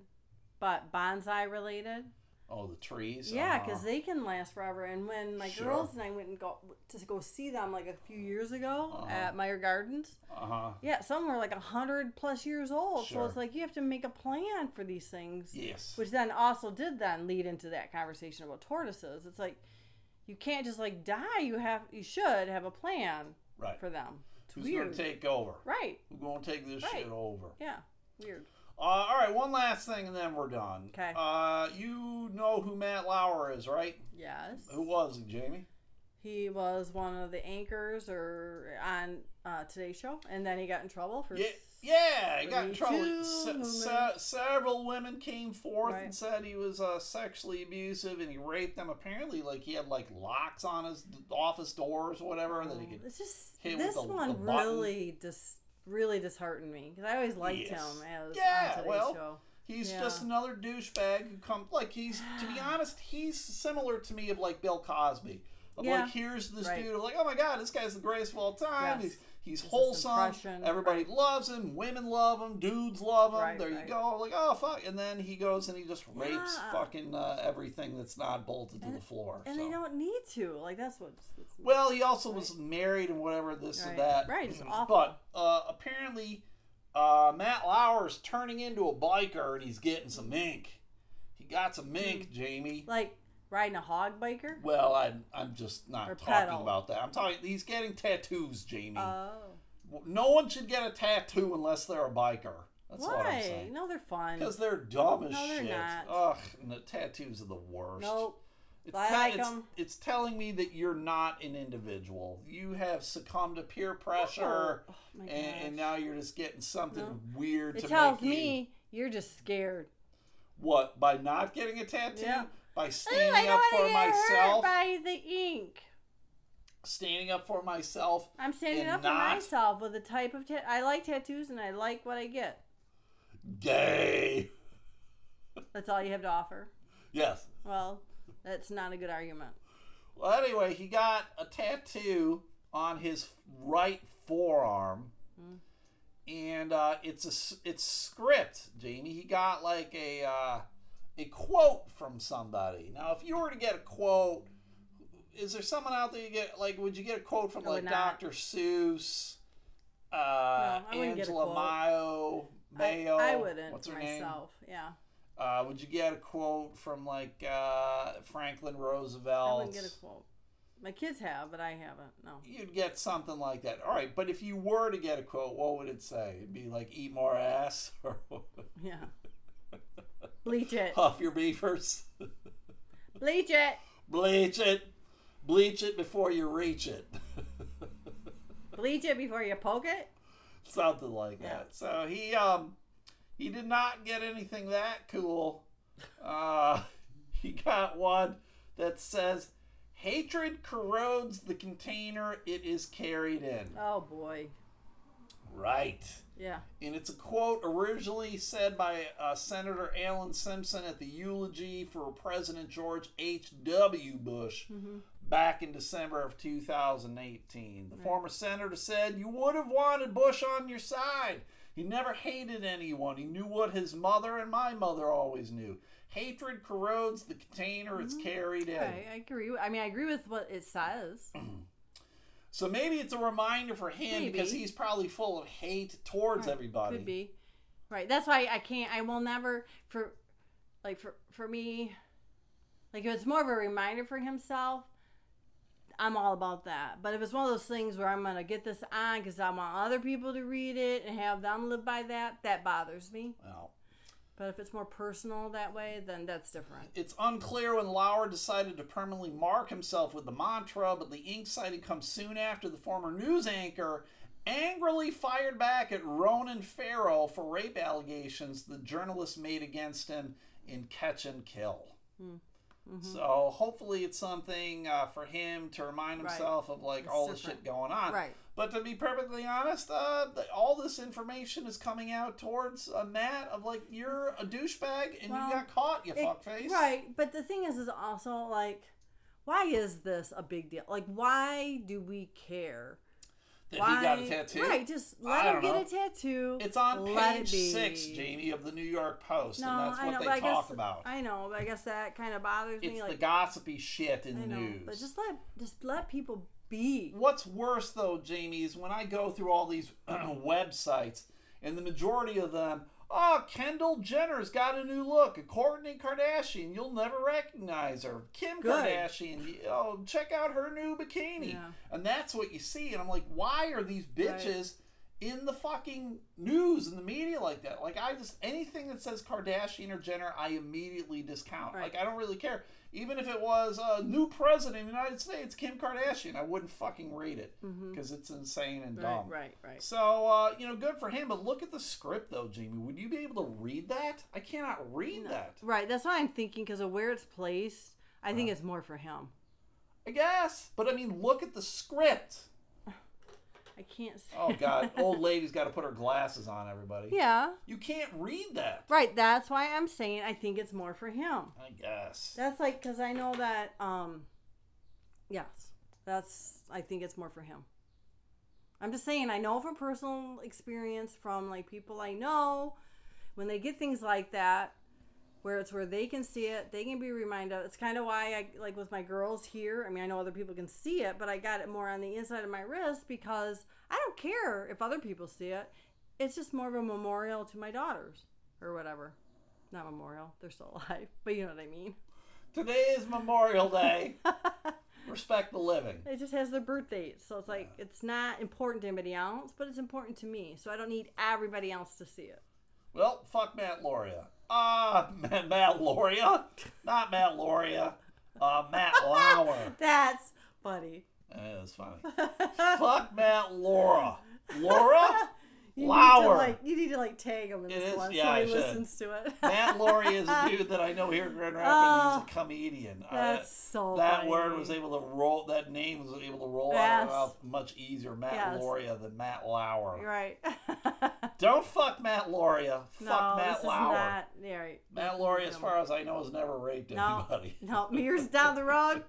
B: but bonsai related.
A: Oh, the trees.
B: Yeah,
A: Uh-huh.
B: because they can last forever. And when my
A: Sure.
B: girls and I went and go to go see them like a few years ago at Meyer Gardens,
A: Uh-huh.
B: yeah, some were like a hundred plus years old. So
A: Sure.
B: it's like you have to make a plan for these things.
A: Yes.
B: Which then also did then lead into that conversation about tortoises. It's like you can't just like die. You have you should have a plan
A: right.
B: for them. It's
A: Who's
B: weird.
A: gonna take over?
B: right.
A: Who's gonna take this
B: Right.
A: shit over?
B: Yeah. Weird.
A: Uh, all right, one last thing, and then we're done.
B: 'Kay.
A: Uh, you know who Matt Lauer is, right?
B: Yes.
A: Who was he, Jamie?
B: He was one of the anchors or on uh, Today's Show, and then he got in trouble for.
A: Yeah,
B: s-
A: yeah, he got in
B: Me
A: trouble.
B: too,
A: Se- se-
B: woman.
A: several women came forth
B: Right.
A: and said he was uh, sexually abusive and he raped them. Apparently, like he had like locks on his d- office doors or whatever that he could.
B: It's just
A: hit with
B: this
A: the- the
B: one
A: button.
B: really dis really disheartened me because I always
A: Yes.
B: liked him as
A: Yeah,
B: on Today's
A: well,
B: Show.
A: He's
B: Yeah.
A: just another douchebag who come like he's to be honest, he's similar to me of like Bill Cosby. Of
B: Yeah.
A: like here's this
B: Right.
A: dude of like, oh my god, this guy's the greatest of all time.
B: Yes.
A: He's he's
B: this
A: wholesome.
B: impression,
A: Everybody
B: right.
A: loves him, women love him, dudes love him.
B: Right,
A: there you
B: right.
A: go. Like, oh fuck and then he goes and he just rapes
B: Yeah.
A: fucking uh, everything that's not bolted to the floor.
B: And
A: so.
B: they don't need to. Like that's what. it's-
A: Well, he also was married and whatever this
B: Right.
A: and that.
B: Right, it's awful.
A: But uh, apparently, uh, Matt Lauer is turning into a biker and he's getting some ink. He got some
B: Hmm.
A: ink, Jamie.
B: like riding a hog biker.
A: well, I'm, I'm just not
B: Or
A: talking
B: pedal.
A: about that. I'm talking. He's getting tattoos, Jamie.
B: Oh,
A: no one should get a tattoo unless they're a biker. That's what I'm
B: why?
A: saying.
B: No, they're fun.
A: Because they're dumb as
B: No, they're
A: shit.
B: not.
A: Ugh, and the tattoos are the worst.
B: Nope.
A: It's,
B: I
A: te-
B: like
A: it's,
B: 'em.
A: it's telling me that you're not an individual. You have succumbed to peer pressure,
B: Oh, my
A: and, and
B: gosh.
A: now you're just getting something
B: No.
A: weird.
B: It
A: to
B: tells
A: make you-
B: me you're just scared.
A: what by not getting a tattoo,
B: Yeah.
A: by
B: Ooh, I
A: standing
B: don't
A: up
B: want
A: for
B: to get hurt
A: myself,
B: by the ink.
A: standing up for myself.
B: I'm standing
A: and
B: up
A: not
B: for myself with the type of ta- I like tattoos and I like what I get.
A: Gay.
B: That's all you have to offer.
A: Yes.
B: Well, that's not a good argument.
A: Well, anyway, he got a tattoo on his right forearm, and uh, it's a s- it's script, Jamie. He got like a uh, a quote from somebody. Now, if you were to get a quote, is there someone out there you get like? Would you get a quote from
B: I would
A: like
B: not.
A: Dr. Seuss, uh,
B: No, I wouldn't get a
A: Angela
B: quote.
A: Mayo, Mayo?
B: I, I wouldn't
A: What's her name?
B: myself. Yeah.
A: Uh, would you get a quote from like uh, Franklin
B: I
A: Roosevelt?
B: wouldn't get a quote. My kids have, but I haven't. No.
A: you'd get something like that. All right, but if you were to get a quote, what would it say? It'd be like "eat more ass" or
B: Yeah. Bleach it.
A: "puff your beavers,"
B: Bleach it.
A: "bleach it," "bleach it before you reach it,"
B: Bleach it before you poke it.
A: something like
B: Yeah.
A: that. So he um he did not get anything that cool. Uh, he got one that says. Hatred corrodes the container it is carried in.
B: Oh boy.
A: Right.
B: Yeah.
A: And it's a quote originally said by uh, Senator Alan Simpson at the eulogy for President George H.W. Bush
B: Mm-hmm.
A: back in December of 2018. The former senator said, You would have wanted Bush on your side. He never hated anyone. He knew what his mother and my mother always knew. Hatred corrodes the container
B: Mm-hmm.
A: it's carried in.
B: Okay, I agree. I mean, I agree with what it says.
A: So maybe it's a reminder for him
B: Maybe.
A: because he's probably full of hate towards everybody.
B: Could be. Right. That's why I can't. I will never for, like for for me, like if it's more of a reminder for himself. I'm all about that. But if it's one of those things where I'm gonna get this on because I want other people to read it and have them live by that, that bothers me.
A: Well,
B: But if it's more personal that way, then that's different.
A: It's unclear when Lauer decided to permanently mark himself with the mantra, but the ink sighting comes soon after the former news anchor angrily fired back at Ronan Farrow for rape allegations the journalist made against him in Catch and Kill.
B: Hmm. Mm-hmm.
A: So hopefully it's something uh, for him to remind himself of like all the
B: different.
A: shit going on.
B: Right.
A: But to be perfectly honest, uh, th- all this information is coming out towards uh, Matt of like you're a douchebag and
B: Well,
A: you got caught, you
B: It-
A: fuckface.
B: Right, but the thing is, is also like, why is this a big deal? Like, why do we care?
A: that he got a
B: Why-
A: tattoo.
B: Right, just
A: I
B: let him
A: don't
B: get
A: know.
B: a tattoo.
A: It's on
B: let
A: page
B: it be.
A: six, Jamie, of the New York Post,
B: No,
A: and that's
B: I
A: what
B: know, but
A: they
B: I
A: talk
B: guess
A: about.
B: I know, but I guess that kind of bothers
A: it's
B: me.
A: the
B: Like
A: gossipy shit in
B: I
A: the
B: know,
A: news.
B: but just let just let people be.
A: What's worse though, Jamie, is when I go through all these websites, and the majority of them, oh, Kendall Jenner's got a new look. Courtney Kardashian, you'll never recognize her. Kim
B: Good.
A: Kardashian, you- oh, check out her new bikini.
B: Yeah.
A: And that's what you see. And I'm like, why are these bitches? In the fucking news and the media like that, like I just anything that says Kardashian or Jenner, I immediately discount.
B: Right.
A: Like I don't really care, even if it was uh, new president of the United States, Kim Kardashian. I wouldn't fucking read it because it's insane and dumb.
B: Mm-hmm. right, right.
A: So uh, you know, good for him. But look at the script though, Jamie. Would you be able to read that? I cannot read that.
B: Right, that's what I'm thinking because of where it's placed. I think it's more for him.
A: I guess, but I mean, look at the script.
B: I can't see.
A: Oh God, old lady's got to put her glasses on. Everybody.
B: Yeah,
A: You can't read that.
B: right. That's why I'm saying I think it's more for him.
A: I guess.
B: That's like because I know that. Um, yes, that's. I think it's more for him. I'm just saying. I know from personal experience from like people I know, when they get things like that, where it's where they can see it, they can be reminded. It's kind of why I like with my girls here. I mean, I know other people can see it, but I got it more on the inside of my wrist because I don't care if other people see it. It's just more of a memorial to my daughters or whatever. Not memorial. They're still alive, but you know what I mean.
A: Today is Memorial Day. Respect the living.
B: It just has their birth date, so it's like it's not important to anybody else, but it's important to me. So I don't need everybody else to see it.
A: Well, fuck Matt Loria. Ah, uh, Matt Loria, not Matt Loria. Uh, Matt Lauer.
B: That's funny.
A: Eh, That's funny. fuck Matt Laura. Laura.
B: You Need to,
A: Lauer.
B: like, you need to like tag him in this
A: is-
B: one
A: yeah,
B: so
A: I
B: he
A: should.
B: listens to it.
A: Matt Laurie is a dude that I know here in Grand Rapids. he's a comedian. Uh,
B: That's so
A: that
B: funny.
A: word was able to roll. That name was able to roll out of my
B: Yes.
A: mouth much easier. Matt
B: Yes.
A: Lauria than Matt Lauer.
B: You're right.
A: Don't fuck Matt Lauria.
B: no,
A: fuck
B: this
A: Matt
B: is
A: Lauer.
B: not. Yeah, right.
A: Matt Lauria, as far as I know, has never raped
B: no,
A: anybody.
B: no, years down the road,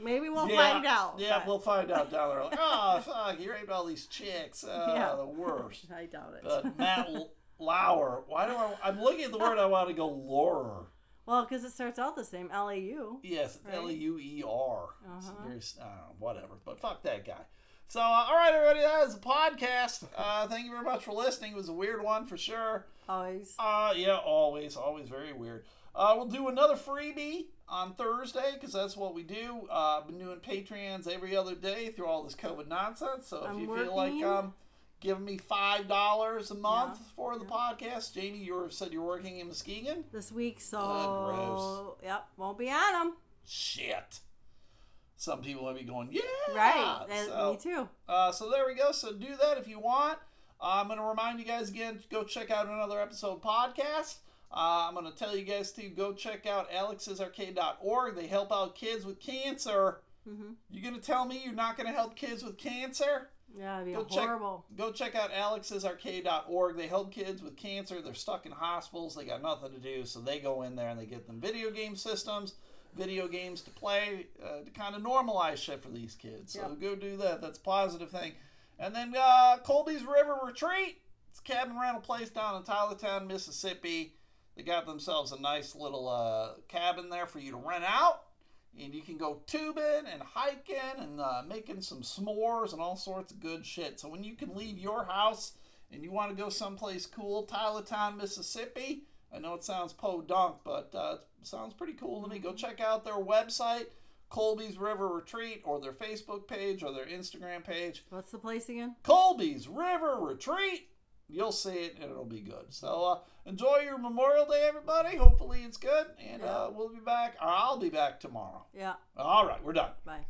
B: maybe we'll
A: Yeah,
B: find out.
A: Yeah,
B: but
A: we'll find out down there. Like, oh fuck, you raped all these chicks. Oh,
B: Yeah.
A: the worst.
B: I doubt it.
A: But Matt L- Lauer. Why do I? I'm looking at the word. I want to go Laurer.
B: well, because it starts out the same. L A U.
A: Yes, it's
B: Right? Uh-huh.
A: L E U E R. It's very s- I don't know, whatever. But fuck that guy. So, uh, all right, everybody, that is the podcast. Uh, thank you very much for listening. It was a weird one for sure.
B: Always.
A: Uh, yeah, always, always very weird. Uh, we'll do another freebie on Thursday because that's what we do. Uh, I've been doing Patreons every other day through all this COVID nonsense. So if
B: I'm
A: you feel like
B: working.
A: um, giving me five dollars a month for the podcast, Jamie, you were- said you're working in Muskegon.
B: this week, so
A: Ugh,
B: yep, won't be on them.
A: Shit. Some people might be going, yeah,
B: Right, that-
A: So-
B: me too.
A: Uh, so there we go. So do that if you want. Uh, I'm going to remind you guys again to go check out another episode of podcast. Uh, I'm going to tell you guys to go check out alexisarcade.org. They help out kids with cancer.
B: Mm-hmm.
A: You're going to tell me you're not going to help kids with cancer?
B: Yeah, it'd be
A: Go check-
B: horrible.
A: Go check out alexisarcade.org. They help kids with cancer. They're stuck in hospitals. They got nothing to do, so they go in there and they get them video game systems, video games to play uh, to kind of normalize shit for these kids. So go do that. That's a positive thing. And then uh, Colby's River Retreat. It's a cabin rental place down in Tylertown, Mississippi. They got themselves a nice little uh, cabin there for you to rent out and you can go tubing and hiking and uh, making some s'mores and all sorts of good shit. So when you can leave your house and you want to go someplace cool, Tylertown, Mississippi. I know it sounds podunk, but uh, it sounds pretty cool to me. Go check out their website, Colby's River Retreat, or their Facebook page or their Instagram page.
B: What's the place again?
A: Colby's River Retreat. You'll see it and it'll be good. So uh, enjoy your Memorial Day, everybody. Hopefully it's good, and uh, we'll be back. Or I'll be back tomorrow.
B: Yeah,
A: All right, we're done.
B: bye.